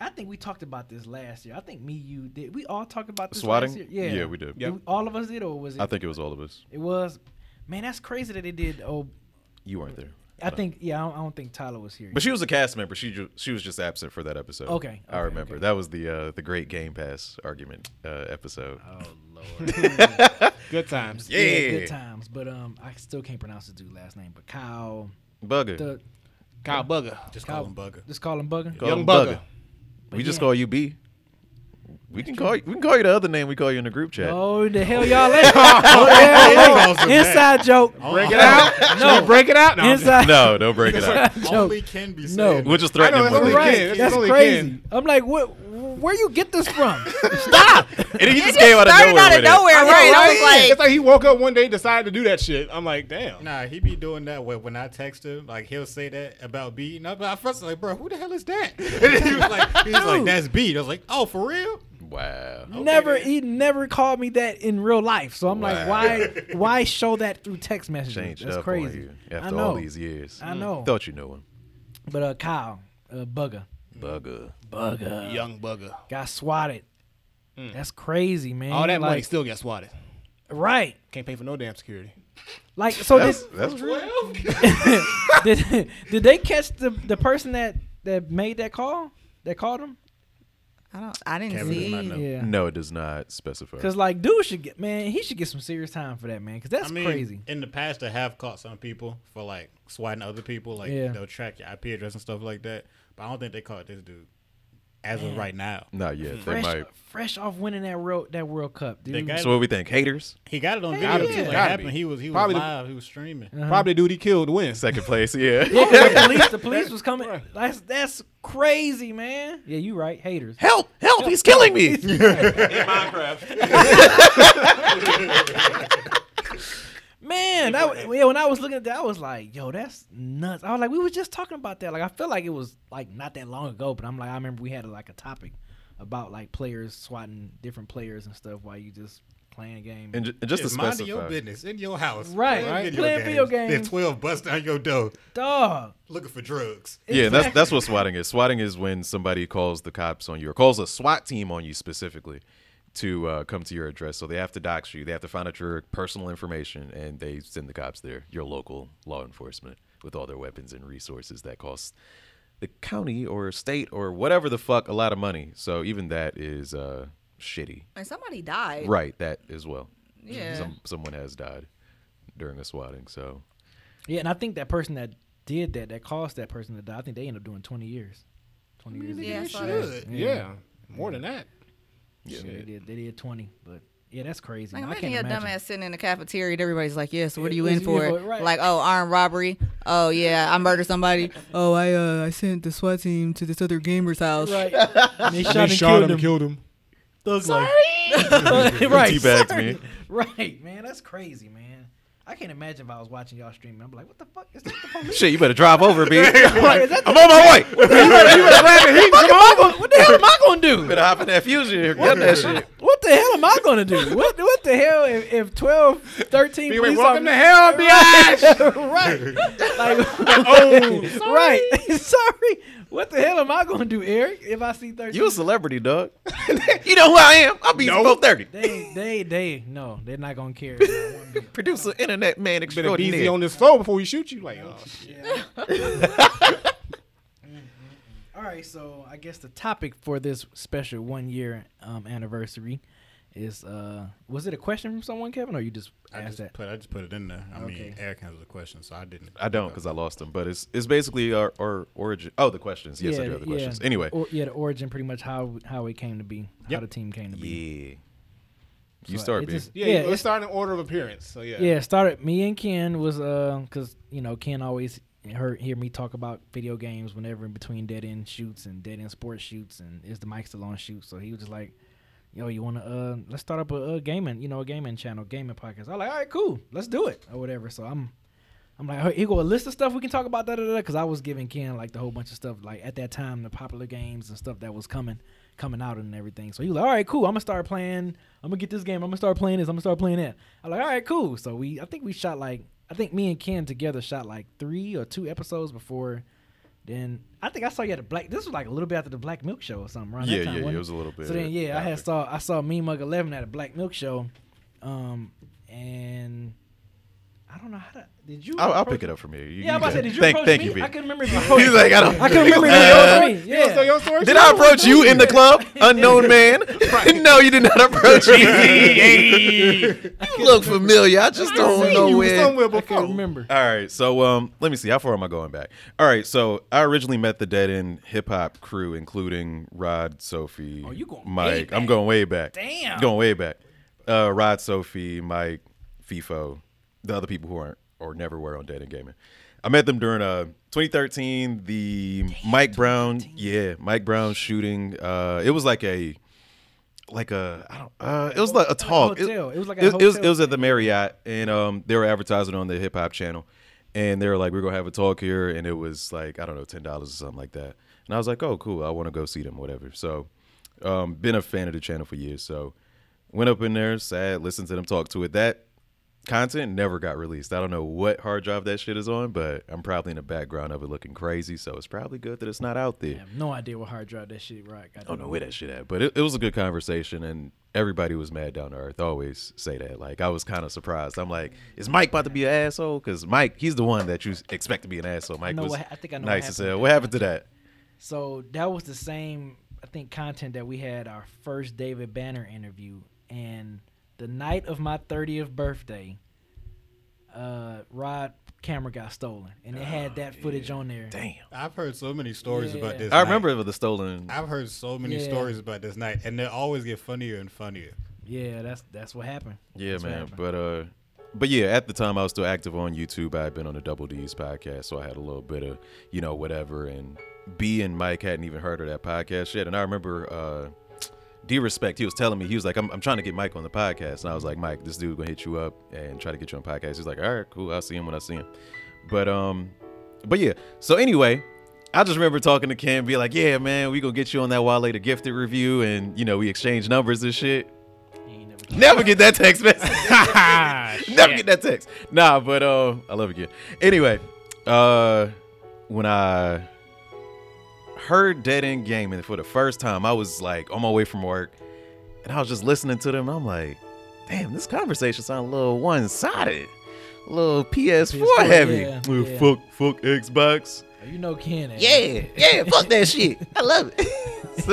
[SPEAKER 2] I think we talked about this last year. I think me, you did. We all talked about this
[SPEAKER 4] Swatting?
[SPEAKER 2] last year. Yeah,
[SPEAKER 4] Yeah, we did. Yep.
[SPEAKER 2] all of us did, or was it?
[SPEAKER 4] I think it was all of us.
[SPEAKER 2] it was. Man, that's crazy that they did. Oh,
[SPEAKER 4] You weren't there,
[SPEAKER 2] I think. Yeah, I don't, I don't think Tyler was here.
[SPEAKER 4] but she was a cast member. She ju- she was just absent for that episode.
[SPEAKER 2] Okay,
[SPEAKER 4] I
[SPEAKER 2] okay,
[SPEAKER 4] remember
[SPEAKER 2] okay.
[SPEAKER 4] that was the uh, the great Game Pass argument uh, episode.
[SPEAKER 5] Oh,
[SPEAKER 3] Good times.
[SPEAKER 4] yeah,
[SPEAKER 2] good times. But um, I still can't pronounce his dude last name. But Kyle,
[SPEAKER 4] bugger.
[SPEAKER 2] the
[SPEAKER 3] Kyle Bugger.
[SPEAKER 5] Just call him Bugger.
[SPEAKER 2] just call him Bugger.
[SPEAKER 4] Call
[SPEAKER 3] Young
[SPEAKER 4] him
[SPEAKER 3] Bugger.
[SPEAKER 4] We just
[SPEAKER 2] yeah.
[SPEAKER 4] call you B. We can call you, we can call you the other name we call you in the group chat.
[SPEAKER 2] Oh, the hell y'all ain't. Oh, the hell y'all ain't. Inside joke.
[SPEAKER 4] Oh,
[SPEAKER 3] Break it out.
[SPEAKER 2] No.
[SPEAKER 3] Should we break it out. No, I'm just-
[SPEAKER 2] Inside.
[SPEAKER 4] No, don't break it up.
[SPEAKER 5] Only can be said.
[SPEAKER 2] No.
[SPEAKER 4] We'll just
[SPEAKER 3] I
[SPEAKER 4] threaten
[SPEAKER 3] know
[SPEAKER 4] him
[SPEAKER 3] it's
[SPEAKER 4] with
[SPEAKER 3] only
[SPEAKER 4] it.
[SPEAKER 2] Right.
[SPEAKER 3] can. It's
[SPEAKER 2] That's
[SPEAKER 3] only
[SPEAKER 2] crazy.
[SPEAKER 3] can.
[SPEAKER 2] I'm like, what? Where you get this from?
[SPEAKER 4] And he just
[SPEAKER 1] It
[SPEAKER 4] came out of
[SPEAKER 1] started
[SPEAKER 4] nowhere. with it.
[SPEAKER 1] right? I was like,
[SPEAKER 3] it's like he woke up one day, decided to do that shit. I'm like, damn.
[SPEAKER 5] Nah, he be doing that where when I text him, like he'll say that about B, and I'm I first like, bro, who the hell is that? And he was like, he was like, that's B. And I was like, oh, for real?
[SPEAKER 4] Wow.
[SPEAKER 2] never, he never called me that in real life. So I'm like,
[SPEAKER 4] Wow.
[SPEAKER 2] why, why show that through text messages?
[SPEAKER 4] Changed
[SPEAKER 2] That's
[SPEAKER 4] up on
[SPEAKER 2] crazy.
[SPEAKER 4] you
[SPEAKER 2] I
[SPEAKER 4] after
[SPEAKER 2] know.
[SPEAKER 4] all these years.
[SPEAKER 2] I know.
[SPEAKER 4] Thought you knew him.
[SPEAKER 2] But uh, Kyle, uh, Bugger,
[SPEAKER 4] Bugger.
[SPEAKER 2] Bugger
[SPEAKER 3] Young Bugger.
[SPEAKER 2] got swatted.
[SPEAKER 5] Mm.
[SPEAKER 2] That's crazy, man.
[SPEAKER 3] All that money
[SPEAKER 2] like,
[SPEAKER 3] still gets swatted.
[SPEAKER 2] right?
[SPEAKER 3] Can't pay for no damn security.
[SPEAKER 2] Like, so
[SPEAKER 4] That's,
[SPEAKER 2] did,
[SPEAKER 4] that's real.
[SPEAKER 2] did did they catch the the person that that made that call? That called him?
[SPEAKER 1] I don't. I didn't
[SPEAKER 5] Kevin does not
[SPEAKER 1] see.
[SPEAKER 5] know.
[SPEAKER 2] Yeah.
[SPEAKER 4] No, it does not specify.
[SPEAKER 2] Cause like, dude should get man, he should get some serious time for that, man. Cause that's
[SPEAKER 5] I mean,
[SPEAKER 2] crazy.
[SPEAKER 5] in the past, I have caught some people for like swatting other people, like
[SPEAKER 2] Yeah.
[SPEAKER 5] they'll track your IP address and stuff like that. But I don't think they caught this dude as of right now.
[SPEAKER 4] Not yet. They
[SPEAKER 2] Fresh,
[SPEAKER 4] might.
[SPEAKER 2] fresh off winning that world that World Cup, dude.
[SPEAKER 5] They got
[SPEAKER 4] So what we think? Haters.
[SPEAKER 5] he got it on
[SPEAKER 3] Gotta
[SPEAKER 5] video
[SPEAKER 3] be,
[SPEAKER 5] too. Like
[SPEAKER 3] gotta
[SPEAKER 5] happened,
[SPEAKER 3] be.
[SPEAKER 5] he was he was
[SPEAKER 3] Probably the-
[SPEAKER 5] live, he was streaming.
[SPEAKER 3] Probably the dude he killed wins.
[SPEAKER 4] Second place. Yeah.
[SPEAKER 2] Yeah, 'cause the police, the police was coming. That's that's crazy, man. Yeah, you right. Haters.
[SPEAKER 4] Help! Help! He's killing me.
[SPEAKER 2] Man, that, w- yeah, when I was looking at that, I was like, yo, that's nuts. I was like, we were just talking about that. Like, I feel like it was like not that long ago, but I'm like, I remember we had like a topic about like players swatting different players and stuff while you just playing a game.
[SPEAKER 4] And, ju- and just to
[SPEAKER 5] Just mind
[SPEAKER 4] specify,
[SPEAKER 5] your business in your house,
[SPEAKER 2] Right,
[SPEAKER 5] playing
[SPEAKER 2] right.
[SPEAKER 5] video
[SPEAKER 2] Playing
[SPEAKER 5] games.
[SPEAKER 2] video games.
[SPEAKER 5] Then twelve busts down your door
[SPEAKER 2] Dog.
[SPEAKER 5] looking for drugs.
[SPEAKER 4] yeah, that's that's what swatting is. Swatting is when somebody calls the cops on you or calls a SWAT team on you specifically to uh, come to your address. So they have to dox you. They have to find out your personal information, and they send the cops there. Your local law enforcement with all their weapons and resources that costs the county or state or whatever the fuck a lot of money. So even that is uh, shitty.
[SPEAKER 1] And somebody died.
[SPEAKER 4] Right, that as well.
[SPEAKER 1] Yeah.
[SPEAKER 4] Some, someone has died during a swatting. So
[SPEAKER 2] Yeah, and I think that person that did that, that caused that person to die, I think they ended up doing 20 years. 20 years.
[SPEAKER 1] Yeah, I saw that.
[SPEAKER 5] Good.
[SPEAKER 3] Yeah. more than that.
[SPEAKER 2] Yeah, they did. They did 20, but yeah, that's crazy.
[SPEAKER 1] Like
[SPEAKER 2] man. I
[SPEAKER 1] imagine
[SPEAKER 2] can't
[SPEAKER 1] your
[SPEAKER 2] imagine.
[SPEAKER 1] dumbass sitting in the cafeteria and everybody's like, "Yeah, so what are you
[SPEAKER 2] What
[SPEAKER 1] in
[SPEAKER 2] you
[SPEAKER 1] for?"
[SPEAKER 2] in for? Right.
[SPEAKER 1] Like, "Oh, armed robbery." Oh yeah, I murdered somebody. oh, I uh, I sent the SWAT team to this other gamer's house.
[SPEAKER 2] Right. And they shot and killed him.
[SPEAKER 3] him.
[SPEAKER 2] right.
[SPEAKER 4] teabags
[SPEAKER 2] sorry.
[SPEAKER 4] me.
[SPEAKER 2] Right, man. That's crazy, man. I can't imagine if I was watching y'all streaming. I'm like, what the fuck? Is that the police?
[SPEAKER 4] shit, you better drive over, B. I'm
[SPEAKER 2] Is that the-
[SPEAKER 4] on my way. You better, you better grab the heat.
[SPEAKER 2] What the fuck am I gonna- What the hell am I gonna do?
[SPEAKER 4] Better hop in that fusion and get that shit.
[SPEAKER 2] What the hell am I gonna do? What what the hell if, if 12, 13
[SPEAKER 3] Be
[SPEAKER 2] police
[SPEAKER 3] welcome to
[SPEAKER 2] officers-
[SPEAKER 3] hell, bitch.
[SPEAKER 2] Right. sorry. What the hell am I gonna do, Eric? If I see 13
[SPEAKER 4] You a celebrity, dog. you know who I am. I'll be nope. 30.
[SPEAKER 2] They, they, they, no, they're not gonna care.
[SPEAKER 4] Producer, internet man
[SPEAKER 3] Better be easy
[SPEAKER 4] extraordinaire.
[SPEAKER 3] on this floor before we shoot you. Like, oh, shit.
[SPEAKER 2] All right, so I guess the topic for this special one year um, anniversary is uh, was it a question from someone, Kevin, or you just
[SPEAKER 5] I
[SPEAKER 2] asked
[SPEAKER 5] just
[SPEAKER 2] that?
[SPEAKER 5] put I just put it in there. I mean, Eric has a question, so I didn't.
[SPEAKER 4] I don't because I lost them, but it's it's basically our, our origin. Oh, the questions. Yes, I do have the questions. Anyway,
[SPEAKER 2] or, yeah, the origin, pretty much how how it came to be, how the team came to be.
[SPEAKER 4] yeah,
[SPEAKER 2] So
[SPEAKER 4] you start,
[SPEAKER 2] it
[SPEAKER 4] B.
[SPEAKER 2] just-
[SPEAKER 3] yeah,
[SPEAKER 2] yeah,
[SPEAKER 3] let's
[SPEAKER 2] it's-
[SPEAKER 3] start in order of appearance. So yeah,
[SPEAKER 2] yeah, it started. Me and Ken was uh, cause you know Ken always heard hear me talk about video games whenever in between dead end shoots and dead end sports shoots and is the mic still on shoot. So he was just like, "Yo, you wanna uh let's start up a, a gaming you know a gaming channel gaming podcast." I'm like, "All right, cool, let's do it or whatever." So I'm I'm like, here go a list of stuff we can talk about, da da da. Because I was giving Ken like the whole bunch of stuff, like at that time, the popular games and stuff that was coming, coming out and everything. So he was like, all right, cool. I'm gonna start playing. I'm gonna get this game. I'm gonna start playing this. I'm gonna start playing that. I'm like, all right, cool. So we, I think we shot like, I think me and Ken together shot like three or two episodes before. Then I think I saw you at the black. This was like a little bit after the Black Milk Show or something, right?
[SPEAKER 4] Yeah, yeah, yeah, it was a little bit
[SPEAKER 2] So then, yeah, I had
[SPEAKER 4] after.
[SPEAKER 2] saw I saw Me Mug Eleven at a Black Milk Show, um, and I don't know how to. Did you?
[SPEAKER 4] I'll, I'll
[SPEAKER 2] approach
[SPEAKER 4] pick it up from here. You,
[SPEAKER 2] yeah, I'm about
[SPEAKER 4] you
[SPEAKER 2] to say,
[SPEAKER 4] good.
[SPEAKER 2] did you
[SPEAKER 4] thank,
[SPEAKER 2] approach
[SPEAKER 4] thank
[SPEAKER 2] me?
[SPEAKER 4] you, B.
[SPEAKER 2] I couldn't remember if you approached
[SPEAKER 4] He's like, I don't.
[SPEAKER 2] I couldn't remember if you approached me.
[SPEAKER 4] "Oh."
[SPEAKER 2] Yeah.
[SPEAKER 4] Did I approach you in the club, unknown man? no, you did not approach me. you look familiar. I just don't know where.
[SPEAKER 3] somewhere
[SPEAKER 2] I can't
[SPEAKER 3] before.
[SPEAKER 2] remember.
[SPEAKER 4] All right, so um, let me see. How far am I going back? All right, so I originally met the Dead End Hip Hop crew, including Rod, Sophie,
[SPEAKER 2] Oh, you going way
[SPEAKER 4] Mike. I'm
[SPEAKER 2] back.
[SPEAKER 4] going way back.
[SPEAKER 2] Damn.
[SPEAKER 4] going way back. Uh, Rod, Sophie, Mike, FIFO, the other people who aren't or never were on Dead End Gaming. I met them during uh 2013, the Mike Brown, yeah, Mike Brown shooting. Uh, it was like a like a I don't uh it was like a talk.
[SPEAKER 2] hotel. It was like a
[SPEAKER 4] it, it was it
[SPEAKER 2] hotel
[SPEAKER 4] was at the Marriott and um they were advertising on the hip hop channel and they were like we're going to have a talk here and it was like I don't know $10 or something like that. And I was like, "Oh, cool. I want to go see them whatever." So um been a fan of the channel for years. So went up in there, sad, listened to them talk to it. That content never got released. I don't know what hard drive that shit is on, but I'm probably in the background of it looking crazy, so it's probably good that it's not out there.
[SPEAKER 2] I have no idea what hard drive that shit right.
[SPEAKER 4] I don't know where that shit at, but it, it was a good conversation, and everybody was mad down to earth. I always say that. Like I was kind of surprised. I'm like, is Mike about to be an asshole? Because Mike, he's the one that you expect to be an asshell. Mike
[SPEAKER 2] know
[SPEAKER 4] was
[SPEAKER 2] what- I think I know what
[SPEAKER 4] nice as
[SPEAKER 2] happened
[SPEAKER 4] hell.
[SPEAKER 2] to
[SPEAKER 4] What happened to that?
[SPEAKER 2] So that was the same, I think, content that we had our first David Banner interview. And the night of my 30th birthday, uh, Rod camera got stolen, and it had that footage on there.
[SPEAKER 4] Oh, Damn.
[SPEAKER 5] I've heard so many stories about
[SPEAKER 2] Yeah.
[SPEAKER 5] this.
[SPEAKER 4] I
[SPEAKER 5] night.
[SPEAKER 4] remember the stolen.
[SPEAKER 5] I've heard so many
[SPEAKER 2] Yeah.
[SPEAKER 5] stories about this night, and they always get funnier and funnier.
[SPEAKER 2] Yeah, that's that's what happened.
[SPEAKER 4] Yeah,
[SPEAKER 2] That's what
[SPEAKER 4] man.
[SPEAKER 2] happened.
[SPEAKER 4] But uh, but yeah, at the time I was still active on YouTube. I had been on the Double D's podcast, so I had a little bit of you know whatever. And B and Mike hadn't even heard of that podcast yet. And I remember uh, D Respect. He was telling me he was like, I'm, "I'm trying to get Mike on the podcast," and I was like, "Mike, this dude gonna hit you up and try to get you on the podcast." He's like, "All right, cool. I'll see him when I see him." But um, but yeah. So anyway, I just remember talking to Ken, be like, "Yeah, man, we gonna get you on that Wale the Gifted review," and you know we exchanged numbers and shit.
[SPEAKER 2] He ain't never-
[SPEAKER 4] Never get that text message. Never get that text. Nah, but um, I love it again. Anyway, uh, when I heard Dead End Gaming for the first time, I was like on my way from work, and I was just listening to them. And I'm like, damn, this conversation sounds a little one sided, a little PS4
[SPEAKER 2] PS4,
[SPEAKER 4] heavy.
[SPEAKER 2] yeah,
[SPEAKER 4] Uh,
[SPEAKER 2] yeah.
[SPEAKER 4] Fuck, fuck Xbox.
[SPEAKER 2] You know Ken. eh?
[SPEAKER 4] Yeah, yeah, fuck that shit. I love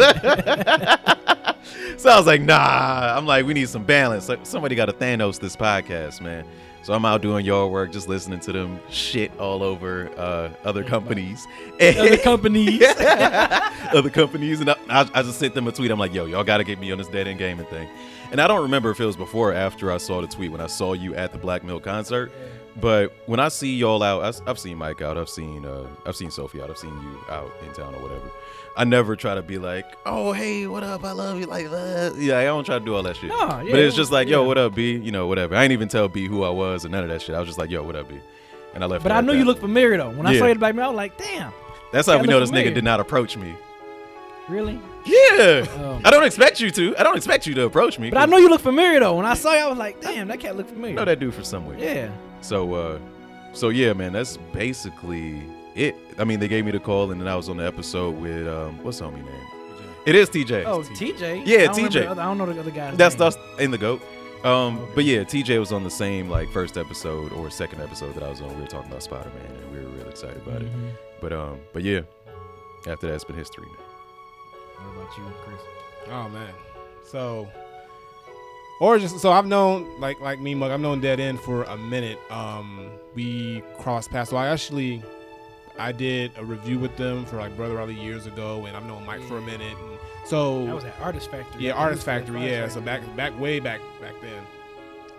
[SPEAKER 4] it. so I was like, nah. I'm like, we need some balance. Like, somebody got to Thanos this podcast, man. So I'm out doing yard work, just listening to them shit all over uh, other companies,
[SPEAKER 2] Other companies.
[SPEAKER 4] other companies, and I, I, I just sent them a tweet. I'm like, yo, y'all got to get me on this dead end gaming thing. And I don't remember if it was before or after I saw the tweet when I saw you at the Black Mill concert. But when I see y'all out, I s- I've seen Mike out, I've seen uh, I've seen Sophie out, I've seen you out in town or whatever. I never try to be like, oh hey, what up? I love you, like that. Yeah, I don't try to do all that shit.
[SPEAKER 2] Nah, yeah,
[SPEAKER 4] but it's
[SPEAKER 2] it
[SPEAKER 4] just
[SPEAKER 2] was-
[SPEAKER 4] like, yo,
[SPEAKER 2] yeah.
[SPEAKER 4] what up, B? You know, whatever. I ain't even tell B who I was or none of that shit. I was just like, yo, what up, B? And I left.
[SPEAKER 2] But
[SPEAKER 4] it
[SPEAKER 2] I
[SPEAKER 4] at
[SPEAKER 2] knew you
[SPEAKER 4] that.
[SPEAKER 2] looked familiar though. When I
[SPEAKER 4] Yeah.
[SPEAKER 2] saw you at the back, I was like, damn,
[SPEAKER 4] That's how
[SPEAKER 2] Yeah, I
[SPEAKER 4] we
[SPEAKER 2] look
[SPEAKER 4] know this nigga
[SPEAKER 2] familiar.
[SPEAKER 4] did not approach me.
[SPEAKER 2] really?
[SPEAKER 4] Yeah.
[SPEAKER 2] Um,
[SPEAKER 4] I don't expect you to. I don't expect you to approach me.
[SPEAKER 2] But I
[SPEAKER 4] 'cause
[SPEAKER 2] know you look familiar though. When I saw you, I was like, damn, that cat looked
[SPEAKER 4] I
[SPEAKER 2] familiar.
[SPEAKER 4] know that dude from somewhere.
[SPEAKER 2] Yeah.
[SPEAKER 4] So uh so yeah, man, that's basically it. I mean, they gave me the call and then I was on the episode with um what's the homie name? It is TJ.
[SPEAKER 2] Oh, TJ. I
[SPEAKER 4] Yeah,
[SPEAKER 2] don't
[SPEAKER 4] TJ.
[SPEAKER 2] remember the other- I don't know the other guy's
[SPEAKER 4] that's
[SPEAKER 2] name.
[SPEAKER 4] that's in the goat. Um, but yeah, TJ was on the same like first episode or second episode that I was on. We were talking about Spider Man, and we were real excited about
[SPEAKER 2] Mm-hmm.
[SPEAKER 4] it. But um, but yeah, after that, it's been history. Man.
[SPEAKER 2] What about you, Chris?
[SPEAKER 3] Oh man. So Origin so I've known like like me mug, I've known Dead End for a minute. Um we crossed paths. So I actually I did a review with them for like Brother Ali years ago and I've known Mike for a minute. And so
[SPEAKER 2] Mm. That was at Artist Factory.
[SPEAKER 3] yeah,
[SPEAKER 2] That
[SPEAKER 3] Artist
[SPEAKER 2] was at
[SPEAKER 3] Factory, yeah. So back back way back back then.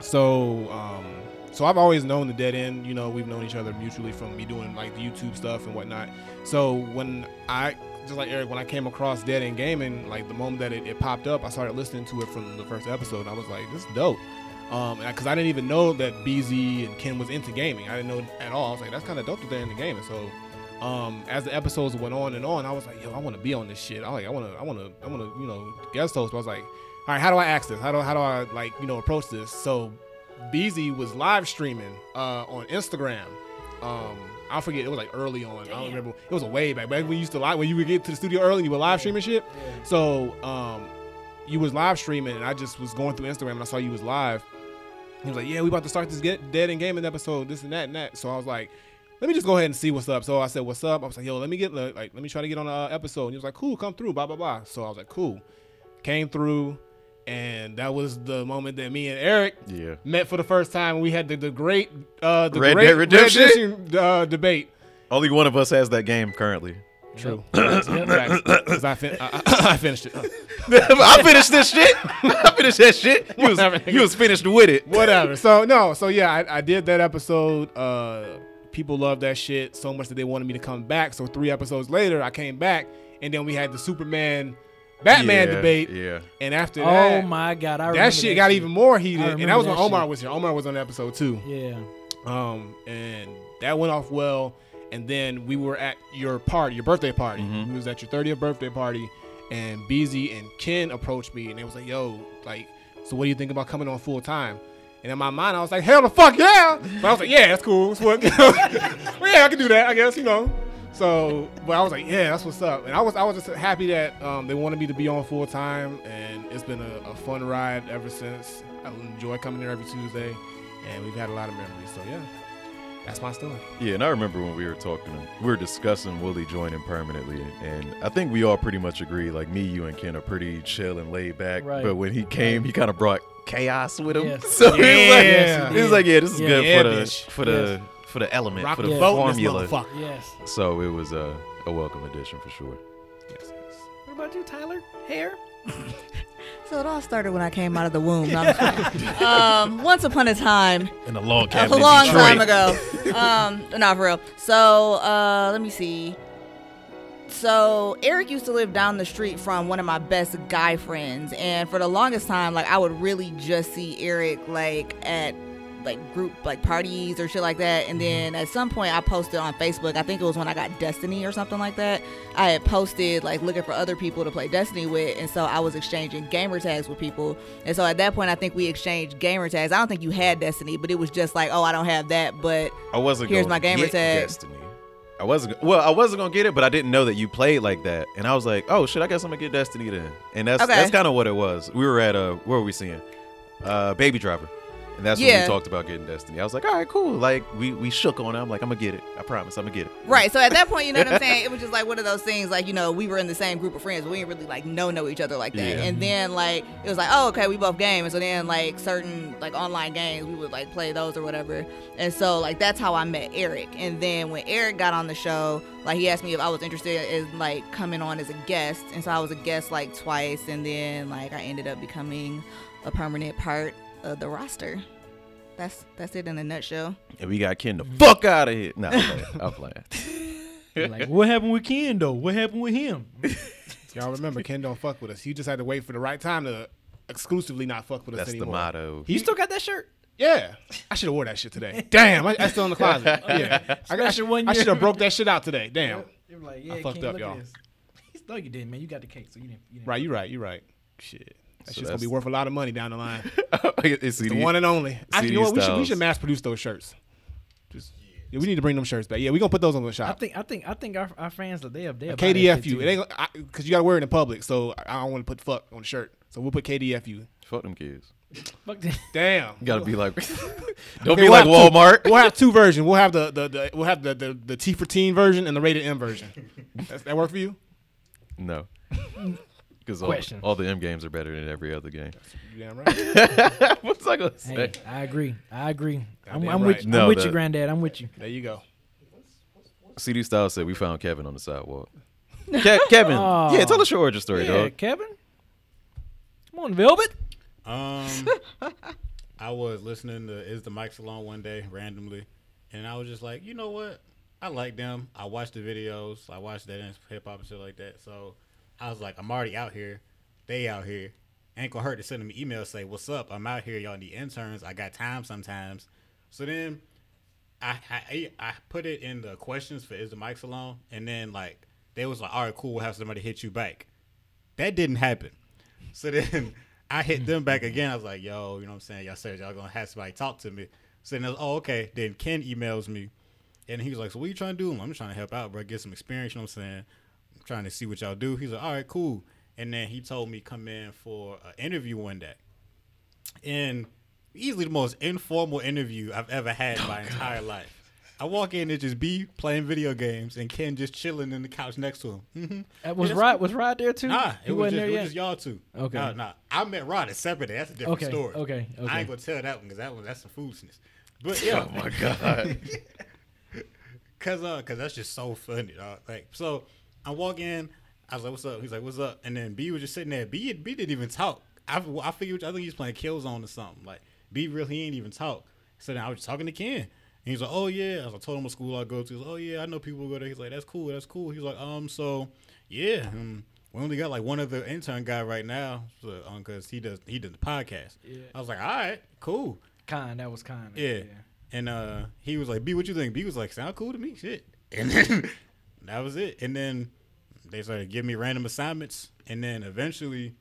[SPEAKER 3] So, um, so I've always known the dead end. You know, we've known each other mutually from me doing like the YouTube stuff and whatnot. So when I just like Eric, when I came across Dead End Gaming, like the moment that it, it popped up, I started listening to it from the first episode, and I was like, this is dope. Um, because I didn't even know that BZ and Ken was into gaming. I didn't know at all. I was like, that's kind of dope that they're into gaming. So, um, as the episodes went on and on, I was like, yo, I want to be on this shit. I like, I want to, I want to, I want to, you know, guest host. But I was like, all right, how do I ask this? How do, how do I like, you know, approach this? So, BZ was live streaming uh, on Instagram. Um, I forget it was like early on. I don't remember. It was a way back back when you used to live when you would get to the studio early and you were live streaming shit. So, um, you was live streaming, and I just was going through Instagram and I saw you was live. He was like, "Yeah, we about to start this get dead and gaming episode, this and that and that." So I was like, "Let me just go ahead and see what's up." So I said, "What's up?" I was like, "Yo, let me get like, let me try to get on an episode." And he was like, "Cool, come through, blah blah blah." So I was like, "Cool," came through, and that was the moment that me and Eric
[SPEAKER 4] Yeah.
[SPEAKER 3] met for the first time. We had the, the great uh, the
[SPEAKER 4] Red
[SPEAKER 3] great
[SPEAKER 4] Dead Redemption?
[SPEAKER 3] Redemption, uh, debate.
[SPEAKER 4] Only one of us has that game currently.
[SPEAKER 3] True, Facts, facts. 'Cause I, fin- I, I- I finished it.
[SPEAKER 4] I finished this shit. I finished that shit. You was,
[SPEAKER 3] Whatever.
[SPEAKER 4] you was finished with it.
[SPEAKER 3] whatever. So no, so yeah, I, I did that episode. Uh, people loved that shit so much that they wanted me to come back. So three episodes later, I came back, and then we had the Superman, Batman
[SPEAKER 4] Yeah,
[SPEAKER 3] debate.
[SPEAKER 4] yeah.
[SPEAKER 3] And after
[SPEAKER 2] Oh
[SPEAKER 3] that,
[SPEAKER 2] my god, I remember
[SPEAKER 3] that shit got even more heated.
[SPEAKER 2] I
[SPEAKER 3] And that
[SPEAKER 2] remember
[SPEAKER 3] was when
[SPEAKER 2] that
[SPEAKER 3] Omar
[SPEAKER 2] shit.
[SPEAKER 3] was here. Omar was on the episode too.
[SPEAKER 2] Yeah.
[SPEAKER 3] Um, and that went off well. And then we were at your party, your birthday party. We was at your 30th birthday party, and BZ and Ken approached me, and they was like, "Yo, like, so what do you think about coming on full time?" And in my mind, I was like, "Hell the fuck yeah!" But I was like, "Yeah, that's cool. That's what- well, yeah, I can do that, I guess, you know." So, but I was like, "Yeah, that's what's up." And I was, I was just happy that um, they wanted me to be on full time, and it's been a, a fun ride ever since. I enjoy coming here every Tuesday, and we've had a lot of memories. So yeah. That's my story.
[SPEAKER 4] Yeah, and I remember when we were talking, we were discussing Willie joining permanently, and I think we all pretty much agree. Like me, you, and Ken are pretty chill and laid back.
[SPEAKER 2] Right.
[SPEAKER 4] But when he came, he kind of brought chaos with him.
[SPEAKER 2] Yes.
[SPEAKER 4] So he was like,
[SPEAKER 3] Yes,
[SPEAKER 4] he was like, yeah, this is
[SPEAKER 2] Yeah.
[SPEAKER 4] good
[SPEAKER 3] Yeah,
[SPEAKER 4] for the
[SPEAKER 3] bitch.
[SPEAKER 4] for the for the element
[SPEAKER 3] Rock
[SPEAKER 4] for
[SPEAKER 3] the
[SPEAKER 4] the
[SPEAKER 3] boat in this
[SPEAKER 4] formula.
[SPEAKER 3] motherfucker.
[SPEAKER 2] Yes.
[SPEAKER 4] So it was a a welcome addition for sure.
[SPEAKER 3] Yes, yes.
[SPEAKER 2] What about you, Tyler? Hair?
[SPEAKER 1] So it all started when I came out of the womb. No, I'm just playing. um, once upon a time,
[SPEAKER 4] In a log
[SPEAKER 1] a
[SPEAKER 4] cabin
[SPEAKER 1] long time ago. Um, not for real. So uh, let me see. So Eric used to live down the street from one of my best guy friends, and for the longest time, like I would really just see Eric like at like group like parties or shit like that. And then at some point, I posted on Facebook. I think it was when I got Destiny or something like that. I had posted like looking for other people to play Destiny with, and so I was exchanging gamer tags with people. And so at that point, I think we exchanged gamer tags. I don't think you had Destiny, but it was just like, oh, I don't have that, but
[SPEAKER 4] I wasn't.
[SPEAKER 1] Here's
[SPEAKER 4] gonna
[SPEAKER 1] my gamer
[SPEAKER 4] get
[SPEAKER 1] tag.
[SPEAKER 4] Destiny. I wasn't. Well, I wasn't gonna get it, but I didn't know that you played like that, and I was like, "Oh shit, I guess I'm gonna get Destiny then." And that's
[SPEAKER 1] Okay.
[SPEAKER 4] that's kind of what it was. We were at uh, where were we seeing? Uh, Baby Driver, and that's when
[SPEAKER 1] Yeah.
[SPEAKER 4] we talked about getting Destiny. I was like, "All right, cool." Like we we shook on it. I'm like, "I'm gonna get it. I promise, I'm gonna get it."
[SPEAKER 1] Right. So at that point, you know what I'm saying? It was just like one of those things, like, you know, we were in the same group of friends. We didn't really like know know each other like that.
[SPEAKER 4] Yeah.
[SPEAKER 1] And then like it was like, oh, okay, we both game. And so then like certain like online games, we would like play those or whatever. And so like that's how I met Eric. And then when Eric got on the show, like he asked me if I was interested in like coming on as a guest. And so I was a guest like twice and then like I ended up becoming a permanent part of the roster. That's that's it in a nutshell.
[SPEAKER 4] And we got Ken the
[SPEAKER 1] Mm-hmm.
[SPEAKER 4] fuck out of here. Nah, I'm playing. I'm playing.
[SPEAKER 2] Like, what happened with Ken though? What happened with him?
[SPEAKER 3] Y'all remember Ken don't fuck with us. He just had to wait for the right time to exclusively not fuck with
[SPEAKER 4] That's
[SPEAKER 3] us
[SPEAKER 4] the
[SPEAKER 3] anymore.
[SPEAKER 4] motto.
[SPEAKER 2] You still got that shirt?
[SPEAKER 3] Yeah, I should have wore that shit today. Damn, I, that's still in the closet. Yeah, I, got-
[SPEAKER 2] Especially when
[SPEAKER 3] I
[SPEAKER 2] you're-
[SPEAKER 3] should have broke that shit out today. Damn.
[SPEAKER 2] They were like, yeah,
[SPEAKER 3] Oh. I fucked
[SPEAKER 2] Ken,
[SPEAKER 3] up,
[SPEAKER 2] look at
[SPEAKER 3] y'all.
[SPEAKER 2] this. No, you didn't, man. You got the cake, so you didn't. You didn't.
[SPEAKER 3] Right, you right, you right. Shit, that shit's gonna
[SPEAKER 4] that's-
[SPEAKER 3] be worth a lot of money down the line.
[SPEAKER 4] it's
[SPEAKER 3] The one and only. Actually, you know what? We should, we
[SPEAKER 4] Styles.
[SPEAKER 3] should mass produce those shirts. Just, yeah, we need to bring them shirts back. Yeah, we gonna put those on the
[SPEAKER 2] I
[SPEAKER 3] shop.
[SPEAKER 2] think I think I think our, our fans they have they have
[SPEAKER 3] KDFU. It ain't because you gotta wear it in public, so I I don't want to put fuck on the shirt. So we'll put KDFU.
[SPEAKER 4] Fuck them kids.
[SPEAKER 2] Fuck that.
[SPEAKER 3] Damn.
[SPEAKER 4] You gotta be like, don't
[SPEAKER 3] Okay,
[SPEAKER 4] be like
[SPEAKER 3] we'll have
[SPEAKER 4] Walmart.
[SPEAKER 3] Two, we'll have two versions. We'll have the, the, the we'll have the, the, the T for teen version and the rated M version. That's, that work for you?
[SPEAKER 4] No. Because all,
[SPEAKER 2] Question.
[SPEAKER 4] all the M games are better than every other game.
[SPEAKER 3] You damn right.
[SPEAKER 4] What's I gonna say?
[SPEAKER 2] Hey, I agree. I agree. I'm,
[SPEAKER 3] Goddamn
[SPEAKER 2] I'm
[SPEAKER 3] right.
[SPEAKER 2] with,
[SPEAKER 4] No,
[SPEAKER 2] I'm with
[SPEAKER 4] that-
[SPEAKER 2] you, granddad. I'm with you.
[SPEAKER 3] There you go.
[SPEAKER 4] CD Style said we found Kevin on the sidewalk. Ke- Kevin, Oh. yeah, tell us your origin story,
[SPEAKER 2] Yeah,
[SPEAKER 4] dog.
[SPEAKER 2] Kevin. Come on, Velvet.
[SPEAKER 5] Um, I I was listening to Is the Mic Salon one day randomly, and I was just like, you know what? I like them. I watched the videos. I watched that dance hip hop and shit like that. So I was like, I'm already out here. They out here. Ain't gonna hurt to send them an email say, What's up? I'm out here. Y'all need interns. I got time sometimes. So then I, I I put it in the questions for Is the Mic Salon, and then like they was like, all right, cool, we'll have somebody hit you back. That didn't happen. So then I hit them back again. I was like, yo, you know what I'm saying? Y'all said y'all gonna have somebody talk to me. So then I was, oh okay. Then Ken emails me, and he was like, so what you trying to do? I'm trying to help out, bro. Get some experience. You know what I'm saying? I'm trying to see what y'all do. He's like, all right, cool. And then he told me come in for an interview one day in easily the most informal interview I've ever had in my entire life. I walk in and just be playing video games and Ken just chilling in the couch next to him. hmm
[SPEAKER 2] Uh, was Rod was Rod there too?
[SPEAKER 5] Nah,
[SPEAKER 2] He
[SPEAKER 5] it
[SPEAKER 2] wasn't
[SPEAKER 5] was, just,
[SPEAKER 2] there
[SPEAKER 5] it was
[SPEAKER 2] yet?
[SPEAKER 5] just y'all two.
[SPEAKER 2] Okay.
[SPEAKER 5] Nah, nah. I met Rod at separate. That's a different
[SPEAKER 2] Okay,
[SPEAKER 5] story.
[SPEAKER 2] okay,
[SPEAKER 5] I
[SPEAKER 2] okay.
[SPEAKER 5] ain't gonna tell that one because that one that's some foolishness. But yeah,
[SPEAKER 4] Oh my god.
[SPEAKER 5] Cause uh, cause that's just so funny, dog. Like, so I walk in, I was like, "What's up?" He's like, "What's up?" And then B was just sitting there. B, B didn't even talk. I, I figured I think he was playing Killzone or something. Like, B really he ain't even talk. So then I was just talking to Ken, and he's like, "Oh yeah." I, was, I told him what school I go to. He's like, "Oh yeah, I know people who go there." He's like, "That's cool, that's cool." He's like, "Um, so yeah, um, we only got like one other intern guy right now, so, um, cause he does he does the podcast." I was like, "All right, cool."
[SPEAKER 2] Kind, that was kind.
[SPEAKER 5] Yeah. And uh he was like, B, what you think? B was like, sound cool to me? Shit. And then that was it. And then they started giving me random assignments. And then eventually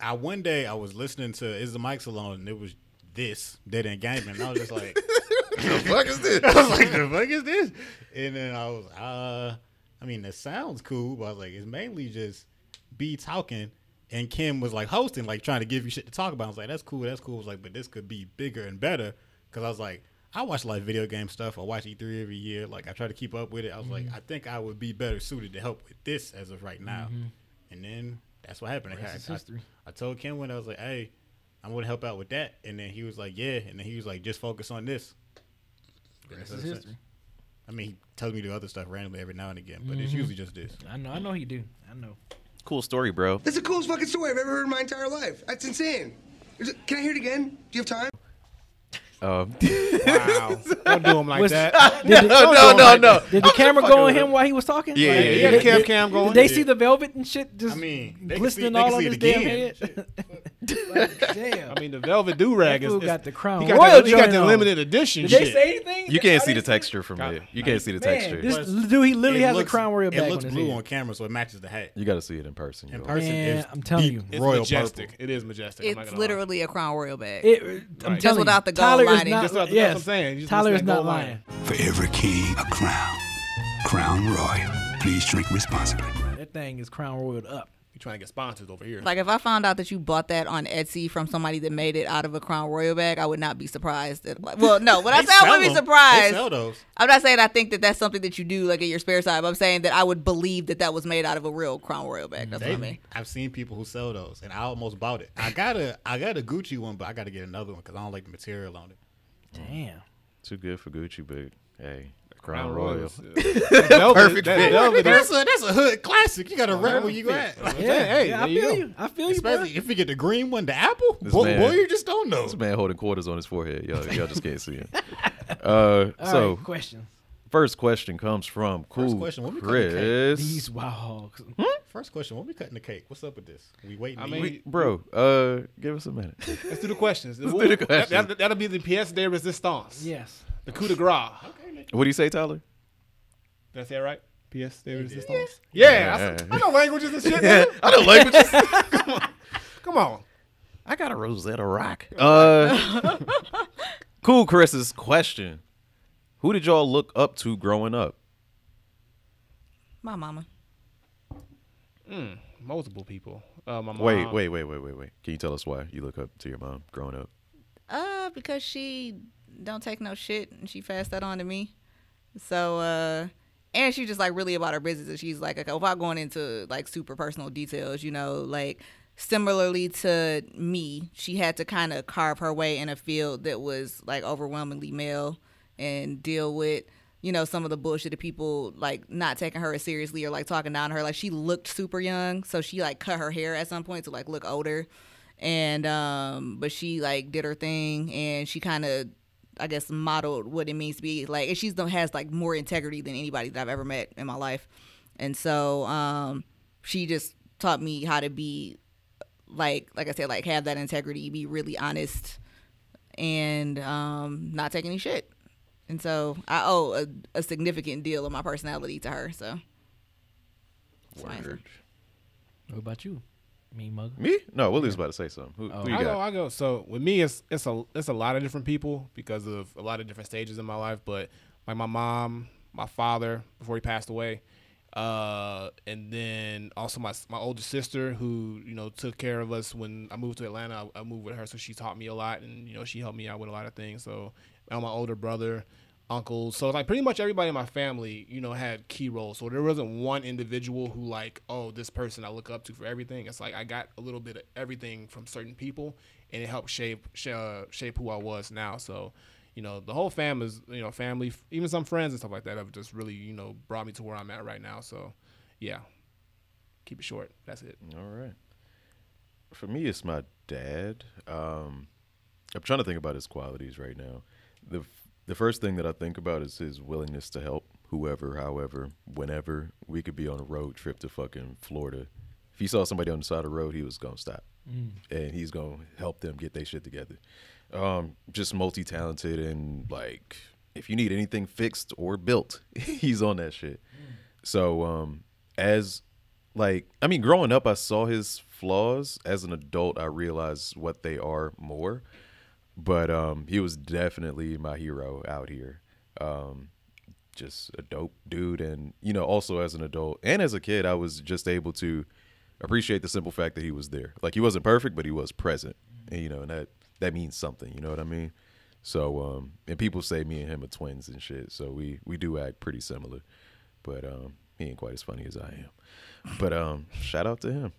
[SPEAKER 5] I one day I was listening to Is the Mic Salon and it was this, Dead End Gaming. And I was just like
[SPEAKER 4] the fuck is
[SPEAKER 5] I
[SPEAKER 4] this?
[SPEAKER 5] was like, the fuck is this? And then I was, uh, I mean, that sounds cool, but I was like, it's mainly just B talking. And Kim was like hosting, like trying to give you shit to talk about. I was like, that's cool, that's cool. I was like, but this could be bigger and better. Cause I was like, I watch like video game stuff. I watch E3 every year. Like, I try to keep up with it. I was like, I think I would be better suited to help with this as of right now. And then that's what happened. I,
[SPEAKER 2] Rest is
[SPEAKER 5] I-
[SPEAKER 2] history.
[SPEAKER 5] I told Kim when I was like, hey, I'm gonna help out with that. And then he was like, yeah. And then he was like, just focus on this.
[SPEAKER 2] This is history.
[SPEAKER 5] I mean, he tells me to do other stuff randomly every now and again, but
[SPEAKER 2] Mm-hmm.
[SPEAKER 5] it's usually just this.
[SPEAKER 2] I know. I know he do. I know.
[SPEAKER 4] Cool story, bro. Um,
[SPEAKER 6] That's the coolest fucking story I've ever heard in my entire life. That's insane. Is it- Can I hear it again? Do you have time?
[SPEAKER 4] Um,
[SPEAKER 3] Wow. Don't do him like
[SPEAKER 2] Was-
[SPEAKER 3] that.
[SPEAKER 2] Did the,
[SPEAKER 4] no, no, no, no.
[SPEAKER 2] did the camera go on him while he was talking?
[SPEAKER 4] Yeah, yeah,
[SPEAKER 3] He had
[SPEAKER 2] did-
[SPEAKER 3] a cam
[SPEAKER 2] did-
[SPEAKER 3] cam
[SPEAKER 2] Did
[SPEAKER 3] going.
[SPEAKER 2] they see the velvet and shit just
[SPEAKER 5] I mean, they can see-
[SPEAKER 2] glistening
[SPEAKER 5] they can
[SPEAKER 2] all on
[SPEAKER 5] see it
[SPEAKER 2] his damn
[SPEAKER 5] again.
[SPEAKER 2] head? Like, damn.
[SPEAKER 3] I mean, the velvet do rag
[SPEAKER 2] That
[SPEAKER 3] is.
[SPEAKER 2] fool
[SPEAKER 3] is-
[SPEAKER 2] got the crown
[SPEAKER 3] He got,
[SPEAKER 2] royal
[SPEAKER 3] the, he got
[SPEAKER 2] joint
[SPEAKER 3] the
[SPEAKER 2] on.
[SPEAKER 3] limited edition
[SPEAKER 2] Did they
[SPEAKER 3] shit.
[SPEAKER 2] say anything?
[SPEAKER 4] you can't see the
[SPEAKER 2] Are they-
[SPEAKER 4] texture from it. You can't see the
[SPEAKER 2] Man,
[SPEAKER 4] texture.
[SPEAKER 2] This
[SPEAKER 5] Plus,
[SPEAKER 2] dude, he literally
[SPEAKER 5] It
[SPEAKER 2] has
[SPEAKER 5] looks-
[SPEAKER 2] a crown royal
[SPEAKER 5] It
[SPEAKER 2] bag
[SPEAKER 5] looks
[SPEAKER 2] on his
[SPEAKER 5] blue
[SPEAKER 2] head.
[SPEAKER 5] on camera, so it matches the hat.
[SPEAKER 4] you got to see it in person.
[SPEAKER 5] In
[SPEAKER 4] yo.
[SPEAKER 5] person,
[SPEAKER 2] Man,
[SPEAKER 5] it's
[SPEAKER 2] I'm telling you.
[SPEAKER 3] It's
[SPEAKER 5] royal
[SPEAKER 3] majestic.
[SPEAKER 5] purple.
[SPEAKER 3] It is majestic. I'm not
[SPEAKER 1] It's
[SPEAKER 3] gonna lie.
[SPEAKER 1] literally a Crown Royal bag.
[SPEAKER 2] It, I'm
[SPEAKER 3] Just
[SPEAKER 2] telling
[SPEAKER 1] without
[SPEAKER 2] you,
[SPEAKER 1] the gold
[SPEAKER 2] Tyler is
[SPEAKER 1] lining.
[SPEAKER 2] not.
[SPEAKER 3] Just without the- that's
[SPEAKER 2] yes,
[SPEAKER 3] what I'm saying. You just
[SPEAKER 2] Tyler is
[SPEAKER 3] missed that
[SPEAKER 2] not
[SPEAKER 3] gold
[SPEAKER 2] lying.
[SPEAKER 3] lining.
[SPEAKER 7] For every king, a crown. Crown Royal. Please drink responsibly.
[SPEAKER 2] That thing is crown royal up.
[SPEAKER 3] You trying to get sponsors over here?
[SPEAKER 1] Like if I found out that you bought that on Etsy from somebody that made it out of a Crown Royal bag, I would not be surprised. That, like, well, no, when I
[SPEAKER 5] They
[SPEAKER 1] say I
[SPEAKER 5] sell
[SPEAKER 1] wouldn't be
[SPEAKER 5] them. They sell
[SPEAKER 1] surprised,
[SPEAKER 5] those.
[SPEAKER 1] I'm not saying I think that that's something that you do like in your spare time. I'm saying that I would believe that that was made out of a real Crown Royal bag. That's
[SPEAKER 5] They-
[SPEAKER 1] what I mean.
[SPEAKER 5] I've seen people who sell those, and I almost bought it. I got a, I got a Gucci one, but I got to get another one because I don't like the material on it.
[SPEAKER 2] Damn.
[SPEAKER 4] Too good for Gucci, but hey, Crown
[SPEAKER 3] Crown
[SPEAKER 4] Royal.
[SPEAKER 3] Royals. That velvet-
[SPEAKER 4] Perfect
[SPEAKER 3] that
[SPEAKER 4] fit.
[SPEAKER 3] velvet is-
[SPEAKER 5] That's a, that's a hood classic. You got to rep where you at. Like,
[SPEAKER 2] Yeah,
[SPEAKER 3] hey,
[SPEAKER 2] yeah,
[SPEAKER 3] there
[SPEAKER 2] I
[SPEAKER 3] you
[SPEAKER 2] feel
[SPEAKER 3] go.
[SPEAKER 2] you, I feel you, bro.
[SPEAKER 5] Especially if you get the green one, the apple.
[SPEAKER 4] This
[SPEAKER 5] Boy,
[SPEAKER 4] man-
[SPEAKER 5] boy, you just don't know.
[SPEAKER 4] This man holding quarters on his forehead. Y'all, y'all just can't see it. Uh,
[SPEAKER 2] All
[SPEAKER 4] so,
[SPEAKER 2] right, question.
[SPEAKER 4] first question comes from Cool
[SPEAKER 5] question, when we cut the cake,
[SPEAKER 4] Chris.
[SPEAKER 2] These wild hogs.
[SPEAKER 5] First question: When we cutting the cake? What's up with this? We waiting.
[SPEAKER 3] I
[SPEAKER 5] to
[SPEAKER 3] mean,
[SPEAKER 5] eat?
[SPEAKER 4] Bro, uh, give us a minute.
[SPEAKER 3] Let's do the questions.
[SPEAKER 4] do the questions.
[SPEAKER 3] That, that, that'll be the pièce de résistance.
[SPEAKER 2] Yes.
[SPEAKER 3] The coup de grace.
[SPEAKER 4] what do you say, Tyler?
[SPEAKER 3] Did I say it right? Pièce de résistance. Yeah, I s- I, know languages and shit. man.
[SPEAKER 4] I don't like what you
[SPEAKER 3] Come on.
[SPEAKER 4] I got a Rosetta Rock. Uh, cool Chris's question. Who did y'all look up to growing up?
[SPEAKER 1] My mama.
[SPEAKER 3] Multiple people. Uh, my mom.
[SPEAKER 4] Wait, wait, wait, wait, wait, wait. Can you tell us why you look up to your mom growing up?
[SPEAKER 1] Uh, because she don't take no shit and she passed that on to me. So uh and she's just like really about her business and she's like okay, without going into like super personal details, you know, like similarly to me, she had to kind of carve her way in a field that was like overwhelmingly male and deal with you know some of the bullshit of people like not taking her as seriously or like talking down to her like she looked super young so she like cut her hair at some point to like look older and um, but she like did her thing, and she kind of, I guess, modeled what it means to be like. And she's the has like more integrity than anybody that I've ever met in my life, and so um, she just taught me how to be like like I said, like have that integrity, be really honest, and um, not take any shit. And so I owe a, a significant deal of my personality to her. So that's my answer.
[SPEAKER 4] Word.
[SPEAKER 2] What about you? Me mug.
[SPEAKER 4] Me? No, Willie's about to say something. Who, who you
[SPEAKER 3] I
[SPEAKER 4] got?
[SPEAKER 3] go, I go. So with me, it's it's a it's a lot of different people because of a lot of different stages in my life. But like my mom, my father before he passed away, uh, and then also my my older sister who you know took care of us when I moved to Atlanta. I, I moved with her, so she taught me a lot, and you know she helped me out with a lot of things. So and my older brother, uncles. So like pretty much everybody in my family, you know, had key roles. So there wasn't one individual who like, oh, this person I look up to for everything. It's like I got a little bit of everything from certain people, and it helped shape sh- uh, shape who I was now. So, you know, the whole fam is, you know, family, f- even some friends and stuff like that have just really, you know, brought me to where I'm at right now. So, yeah, keep it short. That's it.
[SPEAKER 4] All right. For me, it's my dad. Um, I'm trying to think about his qualities right now. the f- The first thing that I think about is his willingness to help whoever, however, whenever. We could be on a road trip to fucking Florida. If he saw somebody on the side of the road, he was gonna stop, and he's gonna help them get their shit together. Um, just multi talented and like, if you need anything fixed or built, he's on that shit. So um, as like I mean, growing up, I saw his flaws. As an adult, I realized what they are more. But um, he was definitely my hero out here. Um, just a dope dude, and you know, also as an adult and as a kid, I was just able to appreciate the simple fact that he was there. Like he wasn't perfect, but he was present, and you know, and that that means something. You know what I mean? So, um, and people say me and him are twins and shit. So we we do act pretty similar, but um, he ain't quite as funny as I am. But um, shout out to him.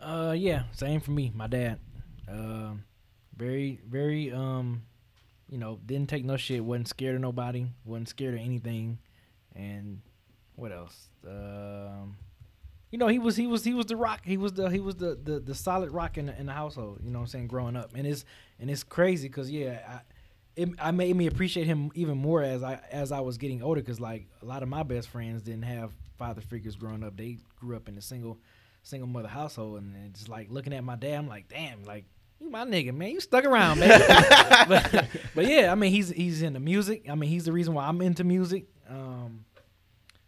[SPEAKER 2] Uh, yeah, same for me. My dad, um, very, very, um, you know, didn't take no shit. wasn't scared of nobody. wasn't scared of anything. And what else? Um, you know, he was he was he was the rock. He was the he was the the, the solid rock in the, in the household. You know what I'm saying? Growing up, and it's and it's crazy because yeah, I, it I made me appreciate him even more as I as I was getting older. Because like a lot of my best friends didn't have father figures growing up. They grew up in a single single mother household, and it's just like looking at my dad, I'm like, damn, like. You my nigga, man. You stuck around, man. but, but yeah, I mean, he's he's into music. I mean, he's the reason why I'm into music. Um,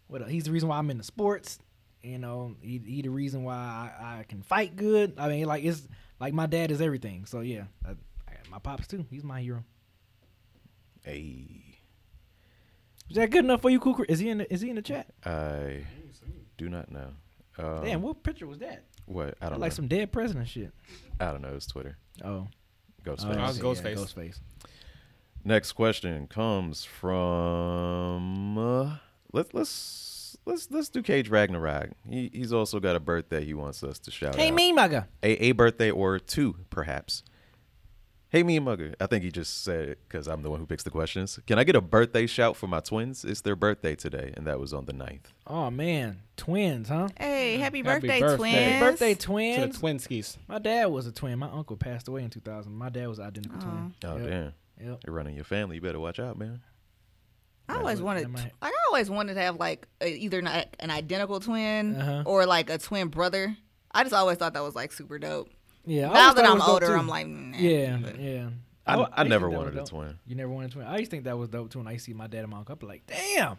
[SPEAKER 2] what else? he's the reason why I'm into sports. You know, he, he the reason why I, I can fight good. I mean, like it's like my dad is everything. So yeah, I, I got my pops too. He's my hero.
[SPEAKER 4] Hey,
[SPEAKER 2] Is that good enough for you, Cooker? Is he in? The, is he in the chat?
[SPEAKER 4] I do not know. Um,
[SPEAKER 2] Damn, what picture was that?
[SPEAKER 4] what? I don't
[SPEAKER 2] Like
[SPEAKER 4] know.
[SPEAKER 2] some dead president shit.
[SPEAKER 4] I don't know. It's Twitter.
[SPEAKER 2] Oh,
[SPEAKER 4] Ghost
[SPEAKER 2] oh,
[SPEAKER 3] was
[SPEAKER 2] yeah,
[SPEAKER 3] Ghostface.
[SPEAKER 2] Ghostface.
[SPEAKER 4] Next question comes from uh, let's let's let's let's do Cage Ragnarok. He, he's also got a birthday he wants us to shout
[SPEAKER 2] Hey,
[SPEAKER 4] out.
[SPEAKER 2] me, my guy.
[SPEAKER 4] A, a birthday or two perhaps. Hey me mugger. I think he just said it because I'm the one who picks the questions. Can I get a birthday shout for my twins? It's their birthday today, and that was on the 9th.
[SPEAKER 2] Oh man, twins, huh?
[SPEAKER 1] Hey, happy
[SPEAKER 3] Happy
[SPEAKER 1] birthday,
[SPEAKER 3] birthday.
[SPEAKER 1] twins!
[SPEAKER 3] Happy
[SPEAKER 2] Birthday
[SPEAKER 3] To
[SPEAKER 2] twins.
[SPEAKER 3] the twin skis.
[SPEAKER 2] my dad was a twin. My uncle passed away in 2000. My dad was an identical twin.
[SPEAKER 4] Oh
[SPEAKER 2] Yep.
[SPEAKER 4] damn.
[SPEAKER 2] Yep.
[SPEAKER 4] They're running your family. You better watch out, man.
[SPEAKER 1] I always wanted,
[SPEAKER 2] am I-
[SPEAKER 1] like, I always wanted to have like a, either an, an identical twin
[SPEAKER 2] Uh-huh.
[SPEAKER 1] or like a twin brother. I just always thought that was like super dope.
[SPEAKER 2] Yeah. I
[SPEAKER 1] now
[SPEAKER 2] always
[SPEAKER 1] that
[SPEAKER 2] thought it
[SPEAKER 1] I'm
[SPEAKER 2] was dope,
[SPEAKER 1] older,
[SPEAKER 2] too.
[SPEAKER 1] I'm like, nah,
[SPEAKER 2] Yeah,
[SPEAKER 1] but-
[SPEAKER 2] yeah.
[SPEAKER 4] I-
[SPEAKER 2] wa-
[SPEAKER 4] I
[SPEAKER 2] used to
[SPEAKER 4] never
[SPEAKER 2] think that was
[SPEAKER 4] wanted a
[SPEAKER 2] dope.
[SPEAKER 4] twin.
[SPEAKER 2] You never wanted a twin. I used to think that was dope too. When I used to see my dad and my uncle, I'd be like, "Damn,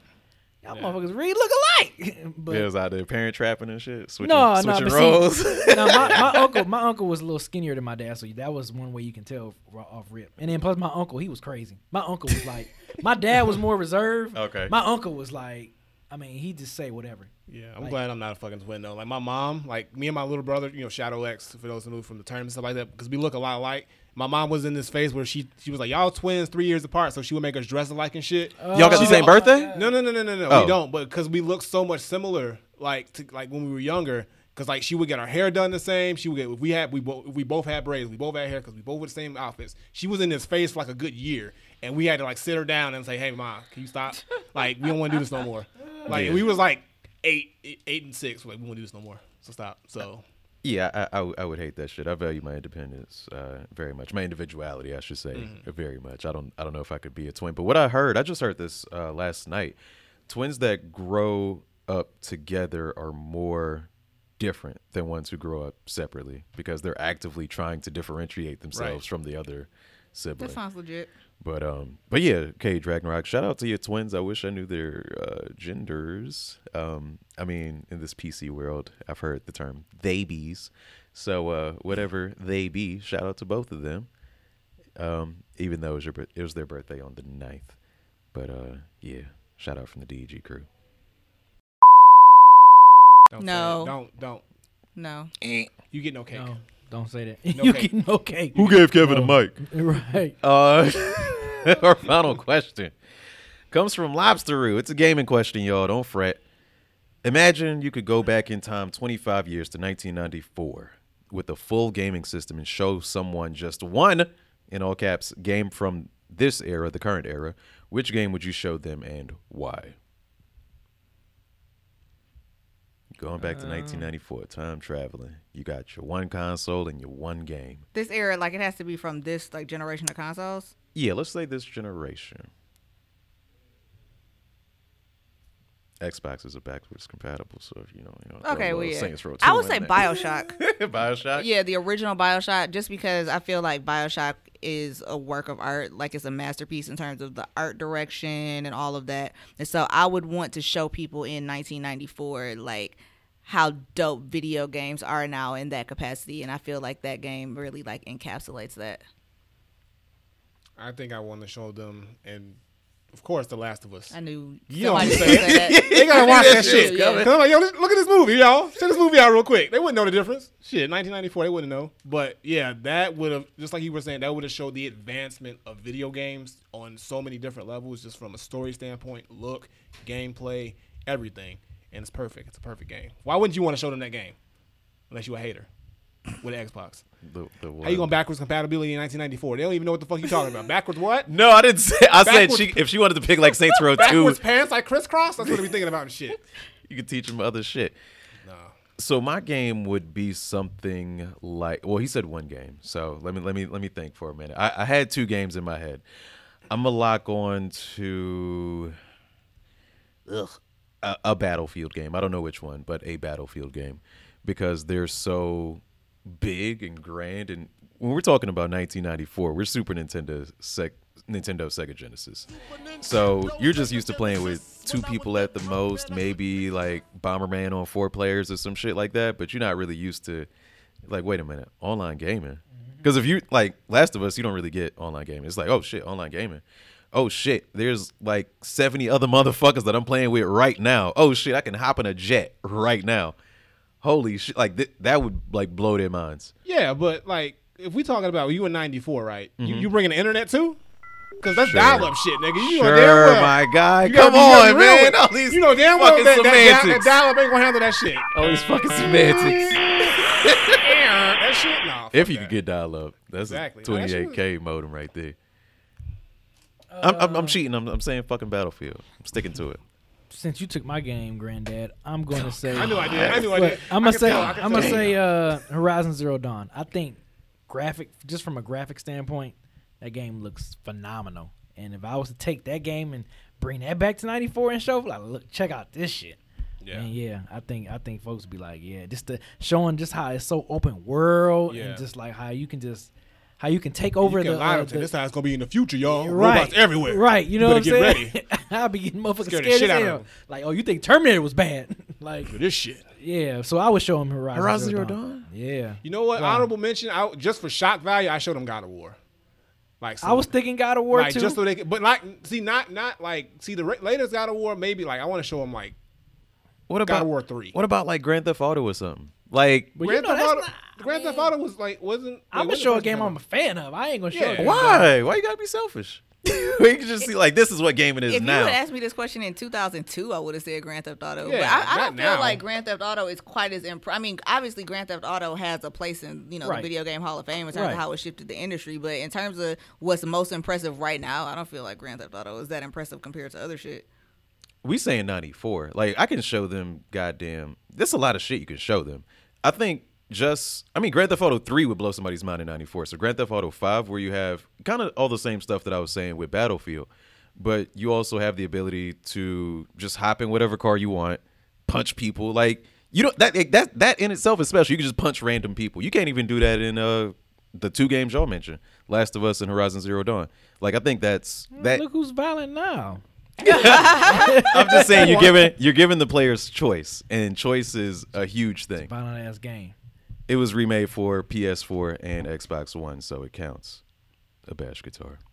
[SPEAKER 2] y'all motherfuckers really look alike." but
[SPEAKER 4] yeah, it was out there parent trapping and shit. Switching,
[SPEAKER 2] no, no,
[SPEAKER 4] switching
[SPEAKER 2] but see-
[SPEAKER 4] roles.
[SPEAKER 2] no, my, my uncle, my uncle was a little skinnier than my dad, so that was one way you can tell ra- off rip. And then plus my uncle, he was crazy. My uncle was like, my dad was more reserved.
[SPEAKER 4] Okay.
[SPEAKER 2] My uncle was like, I mean, he just say whatever.
[SPEAKER 3] Yeah, I'm glad I'm not a fucking twin though. Like my mom, like me and my little brother, you know, Shadow X for those who knew from the tournament stuff like that, because we look a lot alike. My mom was in this phase where she she was like, y'all twins, three years apart, so she would make us dress alike and shit.
[SPEAKER 4] Y'all got the
[SPEAKER 3] She's
[SPEAKER 4] same
[SPEAKER 3] like, oh,
[SPEAKER 4] birthday?
[SPEAKER 3] No, no, no, no, no, no.
[SPEAKER 4] Oh.
[SPEAKER 3] We don't, but because we look so much similar, like to, like when we were younger. Cause like she would get our hair done the same. She would get if we had we both we both had braids. We both had hair because we both were the same outfits. She was in this phase for like a good year, and we had to like sit her down and say, "Hey, mom, can you stop? Like we don't want to do this no more." Like
[SPEAKER 4] Yeah.
[SPEAKER 1] Uh,
[SPEAKER 3] we was like eight eight and six. We're like we want to do this no more. So stop. So
[SPEAKER 4] Yeah, I, I w- I would hate that shit. I value my independence uh, very much. My individuality, I should say, uh, very much. I don't I don't know if I could be a twin, but what I heard, I just heard this uh, last night. Twins that grow up together are more different than ones who grow up separately because they're actively trying to differentiate themselves from the other sibling.
[SPEAKER 1] That sounds legit.
[SPEAKER 4] But um, but yeah, okay, Dragonrock. Shout out to your twins. I wish I knew their uh, genders. Um, I mean, in this PC world, I've heard the term they bees. So uh, whatever they be, shout out to both of them. Um, even though it was, your, bir- it was their birthday on the 9th. but uh, yeah, shout out from the DEG crew.
[SPEAKER 3] Don't say it.
[SPEAKER 1] No.
[SPEAKER 3] don't don't.
[SPEAKER 1] No.
[SPEAKER 3] You get no cake.
[SPEAKER 2] No, Oh, don't say that.
[SPEAKER 3] No
[SPEAKER 2] you
[SPEAKER 3] cake.
[SPEAKER 2] get no cake.
[SPEAKER 4] Who gave Kevin a mic?
[SPEAKER 2] Right.
[SPEAKER 4] Uh, our final question comes from Lobsteroo. It's a gaming question, y'all. Don't fret. Imagine you could go back in time 25 years to 1994 with a full gaming system and show someone just one, in all caps, game from this era, the current era. Which game would you show them and why? Going back to 1994, time traveling. You got your one console and your one game.
[SPEAKER 1] This era, like, it has to be from this like generation of consoles.
[SPEAKER 4] Yeah, let's say this generation. Xbox is a backwards compatible, so if you know, you know. throw
[SPEAKER 1] Okay,
[SPEAKER 4] a
[SPEAKER 1] well,
[SPEAKER 4] little
[SPEAKER 1] yeah.
[SPEAKER 4] Saints Row 2
[SPEAKER 1] I would
[SPEAKER 4] in
[SPEAKER 1] say
[SPEAKER 4] there.
[SPEAKER 1] Bioshock.
[SPEAKER 3] Uh,
[SPEAKER 4] Bioshock.
[SPEAKER 1] Yeah, the original Bioshock, just because I feel like Bioshock is a work of art, like it's a masterpiece in terms of the art direction and all of that. And so I would want to show people in 1994, like, how dope video games are now in that capacity. And I feel like that game really, like, encapsulates that.
[SPEAKER 3] I think I want to show them, and of course, The Last of Us.
[SPEAKER 1] I knew
[SPEAKER 3] You
[SPEAKER 1] somebody
[SPEAKER 3] don't
[SPEAKER 1] was
[SPEAKER 3] say
[SPEAKER 1] going to say that.
[SPEAKER 3] They gotta watch that shit.
[SPEAKER 1] Yeah.
[SPEAKER 3] Cause I'm like, yo, this- look at this movie, y'all. Check this movie out real quick. They wouldn't know the difference. Shit, 1994, they wouldn't know. But yeah, that would have, just like you were saying, that would have showed the advancement of video games on so many different levels, just from a story standpoint, look, gameplay, everything. And it's perfect. It's a perfect game. Why wouldn't you want to show them that game, unless you a hater with an Xbox?
[SPEAKER 4] The,
[SPEAKER 3] How
[SPEAKER 4] the
[SPEAKER 3] you
[SPEAKER 4] one-
[SPEAKER 3] going backwards compatibility in 1994? They don't even know what the fuck you talking about. Backwards what?
[SPEAKER 4] No, I didn't say. I said
[SPEAKER 3] Backwards-
[SPEAKER 4] she if she wanted to pick like Saints Row Two,
[SPEAKER 3] Backwards pants like crisscross. That's what they be thinking about and shit.
[SPEAKER 4] you could teach them other shit. So my game would be something like. Well, he said one game, so let me let me let me think for a minute. I, I had two games in my head. I'm gonna lock on to ugh, a, a battlefield game. I don't know which one, but a battlefield game because they're so big and grand. And when we're talking about 1994, we're Super Nintendo, Sec- Nintendo Sega Genesis. So you're just used to playing with two people at the most, maybe like Bomberman on four players or some shit like that. But you're not really used to like, wait a minute, online gaming. Because if you like Last of Us, you don't really get online gaming. It's like, oh shit, online gaming. Oh shit, there's like 70 other motherfuckers that I'm playing with right now. Oh shit, I can hop in a jet right now. Holy shit, like th- that would like blow their minds.
[SPEAKER 3] Yeah, but like if we talking about you in '94, right? You,
[SPEAKER 4] Mm-hmm.
[SPEAKER 3] you bringing the internet too? Because that's dial-up shit, nigga. You know
[SPEAKER 4] Sure,
[SPEAKER 3] damn well.
[SPEAKER 4] my guy.
[SPEAKER 3] You gotta
[SPEAKER 4] Come
[SPEAKER 3] be- you gotta
[SPEAKER 4] on,
[SPEAKER 3] be real
[SPEAKER 4] man.
[SPEAKER 3] with-
[SPEAKER 4] All these
[SPEAKER 3] you know damn well
[SPEAKER 4] fucking
[SPEAKER 3] that, that, dial- that
[SPEAKER 4] semantics.
[SPEAKER 3] dial-up ain't gonna handle that shit.
[SPEAKER 4] Oh, it's fucking semantics.
[SPEAKER 3] that shit, nah. fuck
[SPEAKER 4] if you
[SPEAKER 3] that.
[SPEAKER 4] could get dial up, that's
[SPEAKER 3] Exactly.
[SPEAKER 4] a
[SPEAKER 3] Now, that shit
[SPEAKER 4] 28k modem right there. I'm, I'm,
[SPEAKER 3] Uh,
[SPEAKER 4] I'm cheating. I'm, I'm saying fucking Battlefield. I'm sticking to it.
[SPEAKER 2] Since you took my game, Granddad, I'm going to say.
[SPEAKER 3] I knew I did. I knew I
[SPEAKER 2] Look,
[SPEAKER 3] did.
[SPEAKER 2] I'm gonna
[SPEAKER 3] I can
[SPEAKER 2] say
[SPEAKER 3] tell, I can
[SPEAKER 2] I'm gonna
[SPEAKER 3] tell.
[SPEAKER 2] say uh, Horizon Zero Dawn. I think graphic, just from a graphic standpoint, that game looks phenomenal. And if I was to take that game and bring that back to '94 and show, like, look, check out this shit. Yeah, yeah. I think I think folks be like, yeah, just the showing just how it's so open world
[SPEAKER 3] Yeah.
[SPEAKER 2] and just like how you can just how you can take over
[SPEAKER 3] You can
[SPEAKER 2] the,
[SPEAKER 3] lie
[SPEAKER 2] uh,
[SPEAKER 3] to them.
[SPEAKER 2] the-
[SPEAKER 3] this time it's gonna be in the future, y'all.
[SPEAKER 2] Right.
[SPEAKER 3] Robots everywhere.
[SPEAKER 2] Right. You, know what I'm
[SPEAKER 3] better
[SPEAKER 2] saying?
[SPEAKER 3] get ready
[SPEAKER 2] I'll be getting motherfuckers
[SPEAKER 3] Scare
[SPEAKER 2] scared,
[SPEAKER 3] the
[SPEAKER 2] as
[SPEAKER 3] shit out of
[SPEAKER 2] hell.
[SPEAKER 3] them.
[SPEAKER 2] Like, oh, you think Terminator was bad? like,
[SPEAKER 3] for this shit.
[SPEAKER 2] yeah. So I would show him Horizon,
[SPEAKER 4] Horizon Zero Dawn?
[SPEAKER 2] Yeah.
[SPEAKER 3] You know what? Honorable mention. I, just for shock value, I showed them God of War. Like
[SPEAKER 2] I was thinking God of War
[SPEAKER 3] like
[SPEAKER 2] too.
[SPEAKER 3] just so they could, but like see not not like see the ra- latest God of War maybe like I want to show them like
[SPEAKER 4] What
[SPEAKER 3] God of War 3.
[SPEAKER 4] What about like Grand Theft Auto or something? Like
[SPEAKER 2] but you
[SPEAKER 3] Grand
[SPEAKER 2] know,
[SPEAKER 3] Theft
[SPEAKER 2] that's
[SPEAKER 3] Auto
[SPEAKER 2] not,
[SPEAKER 3] Grand Theft Auto was like wasn't wait,
[SPEAKER 2] I'm
[SPEAKER 3] when
[SPEAKER 2] gonna
[SPEAKER 3] the
[SPEAKER 2] show a
[SPEAKER 3] first
[SPEAKER 2] game
[SPEAKER 3] came
[SPEAKER 2] I'm a
[SPEAKER 3] out?
[SPEAKER 2] fan of. I ain't gonna show.
[SPEAKER 3] Yeah.
[SPEAKER 2] a game.
[SPEAKER 4] why? Why you gotta be selfish? we can just see like this is what gaming is
[SPEAKER 1] If you
[SPEAKER 4] now.
[SPEAKER 1] had asked me this question in 2002, I would have said Grand Theft Auto. but
[SPEAKER 3] Yeah,
[SPEAKER 1] I, I
[SPEAKER 3] not
[SPEAKER 1] don't feel
[SPEAKER 3] now.
[SPEAKER 1] like Grand Theft Auto is quite as imp- I mean, obviously, Grand Theft Auto has a place in you know
[SPEAKER 2] Right.
[SPEAKER 1] the video game Hall of Fame in terms
[SPEAKER 2] Right.
[SPEAKER 1] of how it shifted the industry. But in terms of what's most impressive right now, I don't feel like Grand Theft Auto is that impressive compared to other shit.
[SPEAKER 4] we saying 94 like i can show them goddamn there's a lot of shit you can show them i think just I mean, Grand Theft Auto Three would blow somebody's mind in '94. So Grand Theft Auto Five, where you have kind of all the same stuff that I was saying with Battlefield, but you also have the ability to just hop in whatever car you want, punch people. Like you don't that like, that that in itself is special. You can just punch random people. You can't even do that in uh the two games y'all mentioned, Last of Us and Horizon Zero Dawn. Like I think that's that.
[SPEAKER 2] Look who's violent now.
[SPEAKER 4] I'm just saying you're giving you're giving the players choice, and choice is a huge thing.
[SPEAKER 2] Violent ass game.
[SPEAKER 4] It was remade for PS4 and Xbox One, so it counts. A bash guitar.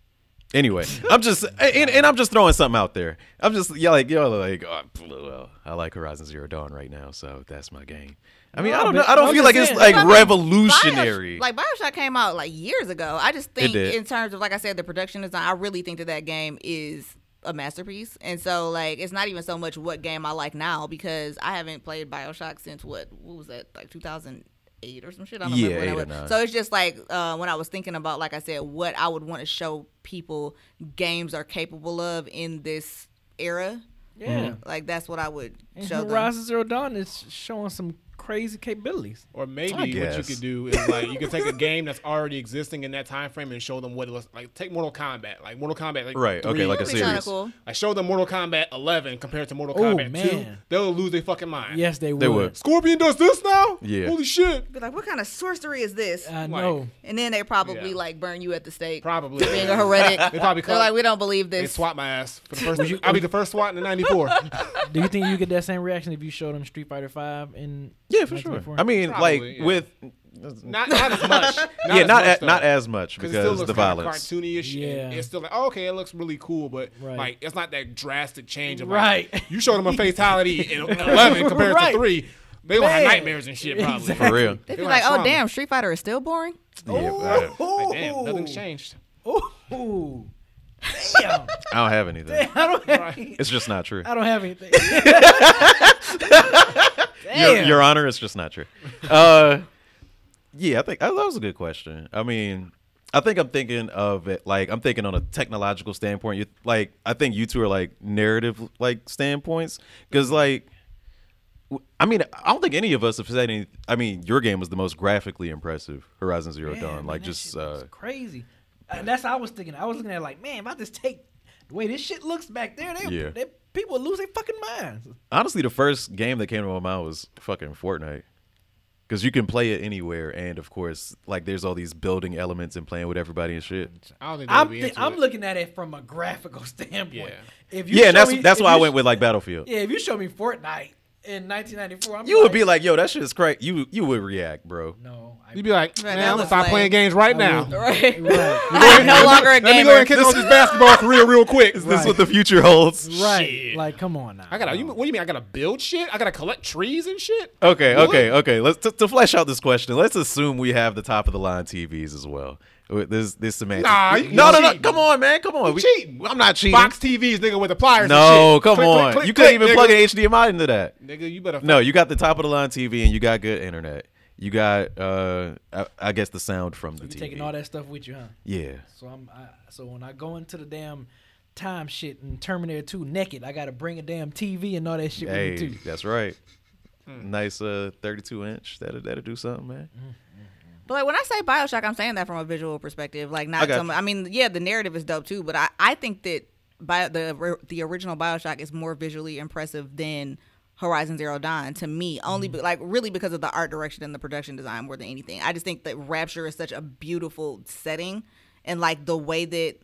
[SPEAKER 4] Anyway, I'm just and, and I'm just throwing something out there. I'm just y'all like y'all are like oh, well, I like Horizon Zero Dawn right now, so that's my game. I mean, I don't know. I don't
[SPEAKER 2] I'm
[SPEAKER 4] feel
[SPEAKER 2] just
[SPEAKER 4] like it's
[SPEAKER 2] saying.
[SPEAKER 4] like
[SPEAKER 1] I mean,
[SPEAKER 4] revolutionary.
[SPEAKER 1] Bioshock, like Bioshock came out like years ago. I just think
[SPEAKER 4] did.
[SPEAKER 1] in terms of like I said, the production design. I really think that that game is a masterpiece. And so like it's not even so much what game I like now because I haven't played Bioshock since what what was that like 2008 or some shit. I don't
[SPEAKER 4] Yeah,
[SPEAKER 1] remember
[SPEAKER 4] eight or
[SPEAKER 1] when I
[SPEAKER 4] nine.
[SPEAKER 1] was. So it's just like uh, when I was thinking about like I said, what I would want to show people games are capable of in this era.
[SPEAKER 2] Yeah.
[SPEAKER 1] Like that's what I would
[SPEAKER 2] And
[SPEAKER 1] show them.
[SPEAKER 2] Horizon Zero Dawn is showing some crazy capabilities.
[SPEAKER 3] Or
[SPEAKER 4] I
[SPEAKER 3] maybe what you
[SPEAKER 4] guess.
[SPEAKER 3] could do is like you could take a game that's already existing in that time frame and show them what it was like. Take Mortal Kombat, like Mortal Kombat, like
[SPEAKER 4] Right, okay,
[SPEAKER 3] three.
[SPEAKER 4] like a
[SPEAKER 1] That'd be kinda
[SPEAKER 4] series.
[SPEAKER 1] cool.
[SPEAKER 3] I show them Mortal Kombat 11 compared to Mortal
[SPEAKER 2] Oh,
[SPEAKER 3] Kombat 2.
[SPEAKER 2] man.
[SPEAKER 3] They'll lose their fucking mind.
[SPEAKER 2] Yes, they would.
[SPEAKER 4] They would.
[SPEAKER 3] Scorpion does this now?
[SPEAKER 4] Yeah.
[SPEAKER 3] Holy shit.
[SPEAKER 1] Be like, what kind of sorcery is this?
[SPEAKER 2] I know.
[SPEAKER 1] And then they probably
[SPEAKER 3] Yeah.
[SPEAKER 1] like burn you at the stake.
[SPEAKER 3] Probably.
[SPEAKER 1] for being a heretic.
[SPEAKER 3] They probably
[SPEAKER 1] They're
[SPEAKER 3] cut-
[SPEAKER 1] like, we don't believe
[SPEAKER 3] They
[SPEAKER 1] this.
[SPEAKER 3] swat my ass for the first. I'll be the first swat in the '94.
[SPEAKER 2] Do you think you get that same reaction if you showed them Street Fighter Five and
[SPEAKER 4] yeah, for sure. I mean,
[SPEAKER 3] Probably,
[SPEAKER 4] like
[SPEAKER 3] yeah.
[SPEAKER 4] with
[SPEAKER 3] not, not as much.
[SPEAKER 4] yeah, not
[SPEAKER 3] as much,
[SPEAKER 4] a, not
[SPEAKER 3] though.
[SPEAKER 4] as much
[SPEAKER 3] it still
[SPEAKER 4] because
[SPEAKER 3] looks kinda
[SPEAKER 4] the violence.
[SPEAKER 3] cartoonyish.
[SPEAKER 2] Yeah.
[SPEAKER 3] and it's still like oh, okay, it looks really cool, but
[SPEAKER 2] Right.
[SPEAKER 3] like it's not that drastic change of
[SPEAKER 2] Right.
[SPEAKER 3] Like, you showed them a fatality in eleven compared
[SPEAKER 2] Right.
[SPEAKER 3] to three. They gonna have
[SPEAKER 2] Man.
[SPEAKER 3] nightmares and shit probably.
[SPEAKER 4] for real.
[SPEAKER 1] They'd be
[SPEAKER 3] They're
[SPEAKER 1] like,
[SPEAKER 3] like,
[SPEAKER 1] oh
[SPEAKER 3] "Trauma."
[SPEAKER 1] damn, Street Fighter is still boring.
[SPEAKER 4] Yeah, I,
[SPEAKER 3] Like, damn, nothing's changed.
[SPEAKER 2] Ooh. Damn.
[SPEAKER 4] I don't have anything.
[SPEAKER 2] I don't have,
[SPEAKER 4] It's just not true.
[SPEAKER 2] I don't have anything.
[SPEAKER 4] Your,
[SPEAKER 2] Damn.
[SPEAKER 4] Your Honor, it's just not true. Uh, yeah, I think oh, that was a good question. I mean, I think I'm thinking of it like I'm thinking on a technological standpoint. You like, I think you two are like narrative like standpoints because like, w- I mean, I don't think any of us have said any. I mean, your game was the most graphically impressive, Horizon Zero
[SPEAKER 2] Man,
[SPEAKER 4] Dawn.
[SPEAKER 2] man,
[SPEAKER 4] Like,
[SPEAKER 2] that
[SPEAKER 4] just
[SPEAKER 2] shit looks
[SPEAKER 4] uh,
[SPEAKER 2] crazy. Uh, that's how I was thinking. I was looking at it like, man, if I just take the way this shit looks back there, they,
[SPEAKER 4] Yeah.
[SPEAKER 2] they people would lose their fucking minds.
[SPEAKER 4] honestly, the first game that came to my mind was fucking Fortnite. Because you can play it anywhere, and of course, like there's all these building elements and playing with everybody and shit.
[SPEAKER 3] I don't think they'll
[SPEAKER 2] I'm
[SPEAKER 3] be
[SPEAKER 2] thi-
[SPEAKER 3] into
[SPEAKER 2] I'm
[SPEAKER 3] it.
[SPEAKER 2] looking at it from a graphical standpoint.
[SPEAKER 3] Yeah.
[SPEAKER 2] If
[SPEAKER 4] Yeah, and
[SPEAKER 2] show
[SPEAKER 4] that's
[SPEAKER 2] me-
[SPEAKER 4] that's
[SPEAKER 2] if
[SPEAKER 4] why I
[SPEAKER 2] you
[SPEAKER 4] went
[SPEAKER 2] sh-
[SPEAKER 4] with like Battlefield.
[SPEAKER 2] Yeah, if you show me Fortnite in 1994, I'm
[SPEAKER 4] You would be like, "Yo, that shit is crazy." You you would react, bro.
[SPEAKER 2] no, I
[SPEAKER 3] You'd be like,
[SPEAKER 1] Right,
[SPEAKER 3] man,
[SPEAKER 1] that
[SPEAKER 3] I'm gonna
[SPEAKER 1] looks
[SPEAKER 3] stop
[SPEAKER 1] lame.
[SPEAKER 3] playing games right now.
[SPEAKER 1] Right.
[SPEAKER 2] right,
[SPEAKER 1] I'm no longer a
[SPEAKER 3] Let me go ahead
[SPEAKER 1] gamer.
[SPEAKER 3] and kick on this basketball career real quick.
[SPEAKER 4] Is this what the future holds?
[SPEAKER 2] right. Like, come on now.
[SPEAKER 3] I gotta. You, what do you mean? I gotta build shit. I gotta collect trees and shit.
[SPEAKER 4] Okay,
[SPEAKER 3] What?
[SPEAKER 4] okay, okay. Let's to, to flesh out this question. Let's assume we have the top of the line TVs as well. With This this semantics.
[SPEAKER 3] Nah, you-
[SPEAKER 4] no,
[SPEAKER 3] you
[SPEAKER 4] no, no.
[SPEAKER 3] cheating.
[SPEAKER 4] Come on, man. Come on. Oh, We,
[SPEAKER 3] cheating.
[SPEAKER 4] I'm not cheating.
[SPEAKER 3] Box TVs, nigga, with the pliers.
[SPEAKER 4] no,
[SPEAKER 3] and shit.
[SPEAKER 4] come
[SPEAKER 3] Click, click,
[SPEAKER 4] on.
[SPEAKER 3] click,
[SPEAKER 4] you couldn't
[SPEAKER 3] click,
[SPEAKER 4] even
[SPEAKER 3] nigga.
[SPEAKER 4] plug an HDMI into that.
[SPEAKER 3] Nigga, you better.
[SPEAKER 4] No, you got the top of the line TV and you got good internet. You got uh, I, I guess the sound from the
[SPEAKER 2] you
[SPEAKER 4] TV.
[SPEAKER 2] taking all that stuff with you, huh?
[SPEAKER 4] Yeah.
[SPEAKER 2] So I'm I, so when I go into the damn time shit in Terminator 2 naked, I gotta bring a damn TV and all that shit
[SPEAKER 4] Hey,
[SPEAKER 2] with me too.
[SPEAKER 4] that's right.
[SPEAKER 3] Hmm.
[SPEAKER 4] Nice uh, 32 inch. That'll that'll do something, man.
[SPEAKER 2] Hmm.
[SPEAKER 1] But like, when I say Bioshock, I'm saying that from a visual perspective. Like
[SPEAKER 4] I
[SPEAKER 1] not
[SPEAKER 4] got
[SPEAKER 1] so
[SPEAKER 4] you.
[SPEAKER 1] much. I mean, yeah, the narrative is dope too, but I, I think that bio, the the original Bioshock is more visually impressive than Horizon Zero Dawn to me. Only
[SPEAKER 4] Mm-hmm.
[SPEAKER 1] be, like really because of the art direction and the production design more than anything. I just think that Rapture is such a beautiful setting, and like the way that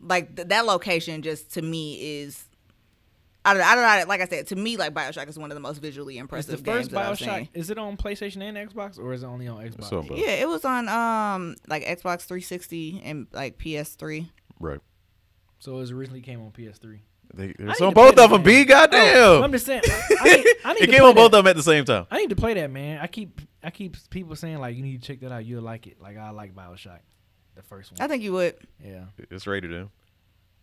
[SPEAKER 1] like th- that location just to me is. I don't, I don't know. Like I said, to me, like Bioshock is one of the most visually
[SPEAKER 2] It's the
[SPEAKER 1] impressive games
[SPEAKER 2] first
[SPEAKER 1] that I've seen.
[SPEAKER 2] Bioshock. Is it on PlayStation and Xbox or is it only on Xbox?
[SPEAKER 4] So, bro.
[SPEAKER 1] Yeah, it was on um like Xbox 360 and like PS3.
[SPEAKER 4] Right.
[SPEAKER 2] So it originally came on PS3.
[SPEAKER 4] They,
[SPEAKER 2] need
[SPEAKER 4] it's
[SPEAKER 2] to
[SPEAKER 4] on
[SPEAKER 2] play
[SPEAKER 4] both
[SPEAKER 2] that
[SPEAKER 4] of them,
[SPEAKER 2] game. Oh,
[SPEAKER 4] B. Goddamn.
[SPEAKER 2] I'm just saying. I, I need, I need to
[SPEAKER 4] it came
[SPEAKER 2] play
[SPEAKER 4] on both
[SPEAKER 2] that.
[SPEAKER 4] of them at the same time.
[SPEAKER 2] I need to play that, man. I keep I keep people saying like you need to check that out. You'll like it. Like I like Bioshock, the first one.
[SPEAKER 1] I think you would.
[SPEAKER 2] yeah.
[SPEAKER 4] It's rated M.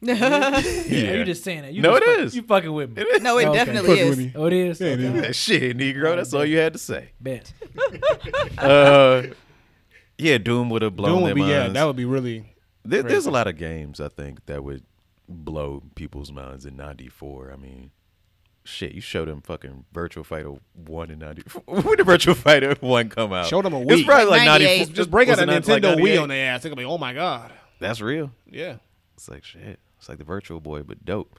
[SPEAKER 2] Are
[SPEAKER 4] yeah.
[SPEAKER 2] you just saying that? You
[SPEAKER 4] No,
[SPEAKER 2] just
[SPEAKER 4] it
[SPEAKER 2] fuck-
[SPEAKER 4] is.
[SPEAKER 2] You fucking with me?
[SPEAKER 1] No, it
[SPEAKER 2] Okay.
[SPEAKER 1] definitely
[SPEAKER 3] Fucking with
[SPEAKER 1] is.
[SPEAKER 3] me.
[SPEAKER 2] Oh, it is. Okay.
[SPEAKER 4] Shit, Negro. That's all you had to say.
[SPEAKER 2] Bet.
[SPEAKER 4] Uh, yeah, Doom would have blown
[SPEAKER 3] Doom would
[SPEAKER 4] their
[SPEAKER 3] be. Yeah,
[SPEAKER 4] minds.
[SPEAKER 3] that would be really.
[SPEAKER 4] There, there's a lot of games I think that would blow people's minds in '94. I mean, shit, you showed him fucking Virtual Fighter one and ninety. When did Virtual Fighter one come out?
[SPEAKER 3] Showed him a
[SPEAKER 4] It's
[SPEAKER 3] Wii.
[SPEAKER 4] probably like ninety
[SPEAKER 1] 98.
[SPEAKER 4] four.
[SPEAKER 3] Just break out a Nintendo Wii on
[SPEAKER 4] that.
[SPEAKER 3] their ass. They're gonna be, oh my god.
[SPEAKER 4] That's real.
[SPEAKER 3] Yeah.
[SPEAKER 4] It's like shit. It's like the Virtual Boy, but dope.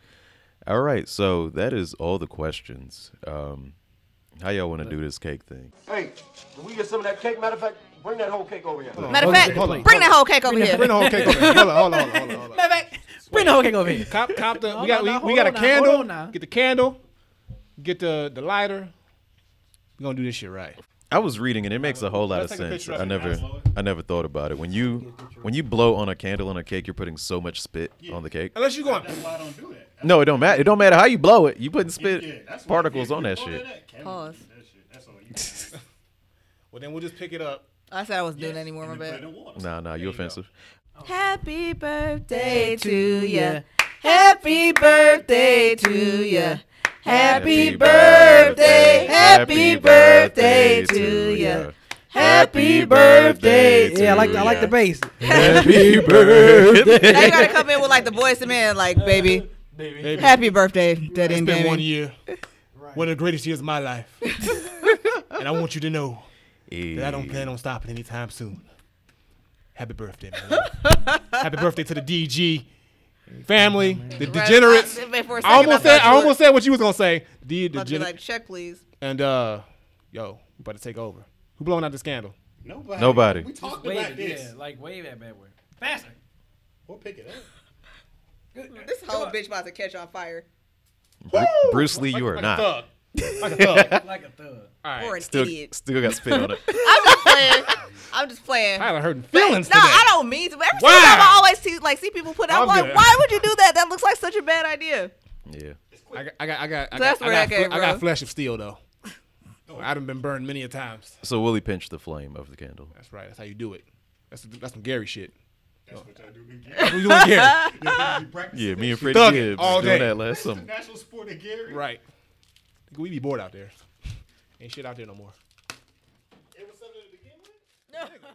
[SPEAKER 4] All right, so that is all the questions. Um, how y'all want to do this cake thing?
[SPEAKER 8] Hey, can we get some of that cake? Matter of fact, bring that whole cake over here.
[SPEAKER 1] Matter of
[SPEAKER 3] Hold on,
[SPEAKER 1] fact,
[SPEAKER 3] hold on,
[SPEAKER 1] bring
[SPEAKER 3] hold
[SPEAKER 1] that whole cake over here.
[SPEAKER 3] Bring the whole cake over. here. Hold on, hold on, hold on, hold on. Hold on.
[SPEAKER 2] Bring the whole cake over here.
[SPEAKER 3] Cop, cop the.
[SPEAKER 2] Hold
[SPEAKER 3] we got,
[SPEAKER 2] on now,
[SPEAKER 3] we,
[SPEAKER 2] hold
[SPEAKER 3] we got a
[SPEAKER 2] on now, hold
[SPEAKER 3] candle.
[SPEAKER 2] on now.
[SPEAKER 3] Get the candle. Get the the lighter. We are gonna do this shit right.
[SPEAKER 4] I was reading and it makes a whole lot of
[SPEAKER 3] Let's take a
[SPEAKER 4] sense.
[SPEAKER 3] picture of
[SPEAKER 4] I
[SPEAKER 3] it.
[SPEAKER 4] never, I never thought about it. When you, when you blow on a candle on a cake, you're putting so much spit on the cake.
[SPEAKER 3] Unless you going.
[SPEAKER 5] Why I don't do that?
[SPEAKER 4] No, it don't matter. It don't matter how you blow it. You putting spit
[SPEAKER 5] Yeah, that's what
[SPEAKER 4] particles
[SPEAKER 5] I did.
[SPEAKER 4] on that
[SPEAKER 5] All
[SPEAKER 4] shit.
[SPEAKER 5] that Kevin
[SPEAKER 1] Pause.
[SPEAKER 5] did that shit. That's all you
[SPEAKER 3] Well, then we'll just pick it up.
[SPEAKER 1] I said I wasn't doing anymore. My bad.
[SPEAKER 4] Nah, nah, you offensive.
[SPEAKER 1] Happy birthday to ya. Happy birthday to ya. Happy birthday. Happy birthday to ya. Happy
[SPEAKER 4] birthday.
[SPEAKER 2] Yeah, I like the, I like the bass.
[SPEAKER 4] Happy birthday.
[SPEAKER 1] Now you gotta come in with like the voice of man, like baby. Happy birthday, Dead
[SPEAKER 3] It's
[SPEAKER 1] End
[SPEAKER 3] been one
[SPEAKER 1] Gaming.
[SPEAKER 3] year. One of the greatest years of my life. and I want you to know that I don't plan on stopping anytime soon. Happy birthday, man. Happy birthday to the DG family, the degenerates.
[SPEAKER 1] Right, for a second,
[SPEAKER 3] I almost
[SPEAKER 1] thought
[SPEAKER 3] said I
[SPEAKER 1] you
[SPEAKER 3] almost said what you was gonna say. The
[SPEAKER 1] were about to be
[SPEAKER 3] degenerate
[SPEAKER 1] like check, please.
[SPEAKER 3] and uh, yo, we about to take over. Who blowing out this candle?
[SPEAKER 5] Nobody.
[SPEAKER 4] Nobody.
[SPEAKER 5] We talked
[SPEAKER 2] Wave
[SPEAKER 5] about
[SPEAKER 2] it,
[SPEAKER 5] this.
[SPEAKER 2] yeah, like wave that bad boy. Faster.
[SPEAKER 5] We'll pick it up.
[SPEAKER 1] This whole bitch about to catch on fire.
[SPEAKER 4] Bru- Bruce Lee, you are
[SPEAKER 3] like
[SPEAKER 4] not.
[SPEAKER 3] A thug. Like a thug.
[SPEAKER 2] Like a thug.
[SPEAKER 1] Or an
[SPEAKER 4] Still,
[SPEAKER 1] idiot.
[SPEAKER 4] still got spit on it.
[SPEAKER 1] I'm just playing. I'm just playing.
[SPEAKER 3] Tyler hurting feelings
[SPEAKER 1] no,
[SPEAKER 3] today.
[SPEAKER 1] I don't mean to. Every single
[SPEAKER 3] Wow.
[SPEAKER 1] time I always see like see people put, out,
[SPEAKER 3] I'm
[SPEAKER 1] I'm like,
[SPEAKER 3] good.
[SPEAKER 1] why would you do that? That looks like such a bad idea.
[SPEAKER 4] Yeah.
[SPEAKER 3] I got, I got, I got, I
[SPEAKER 1] That's
[SPEAKER 3] got, I
[SPEAKER 1] where I
[SPEAKER 3] got,
[SPEAKER 1] get,
[SPEAKER 3] fle- I
[SPEAKER 1] bro.
[SPEAKER 3] got flesh of steel though. I done been burned many a times.
[SPEAKER 4] So Willie pinched the flame of the candle.
[SPEAKER 3] That's right. That's how you do it. That's that's some Gary shit.
[SPEAKER 5] That's what I do in
[SPEAKER 3] What you doing, Gary?
[SPEAKER 5] Gary. Practice
[SPEAKER 4] Yeah, me and Freddie
[SPEAKER 3] Thugging
[SPEAKER 4] Gibbs
[SPEAKER 3] all
[SPEAKER 4] doing
[SPEAKER 3] day.
[SPEAKER 4] that last summer.
[SPEAKER 5] national sport of Gary.
[SPEAKER 3] right. We be bored out there. Ain't shit out there no more.
[SPEAKER 5] It was something to begin with.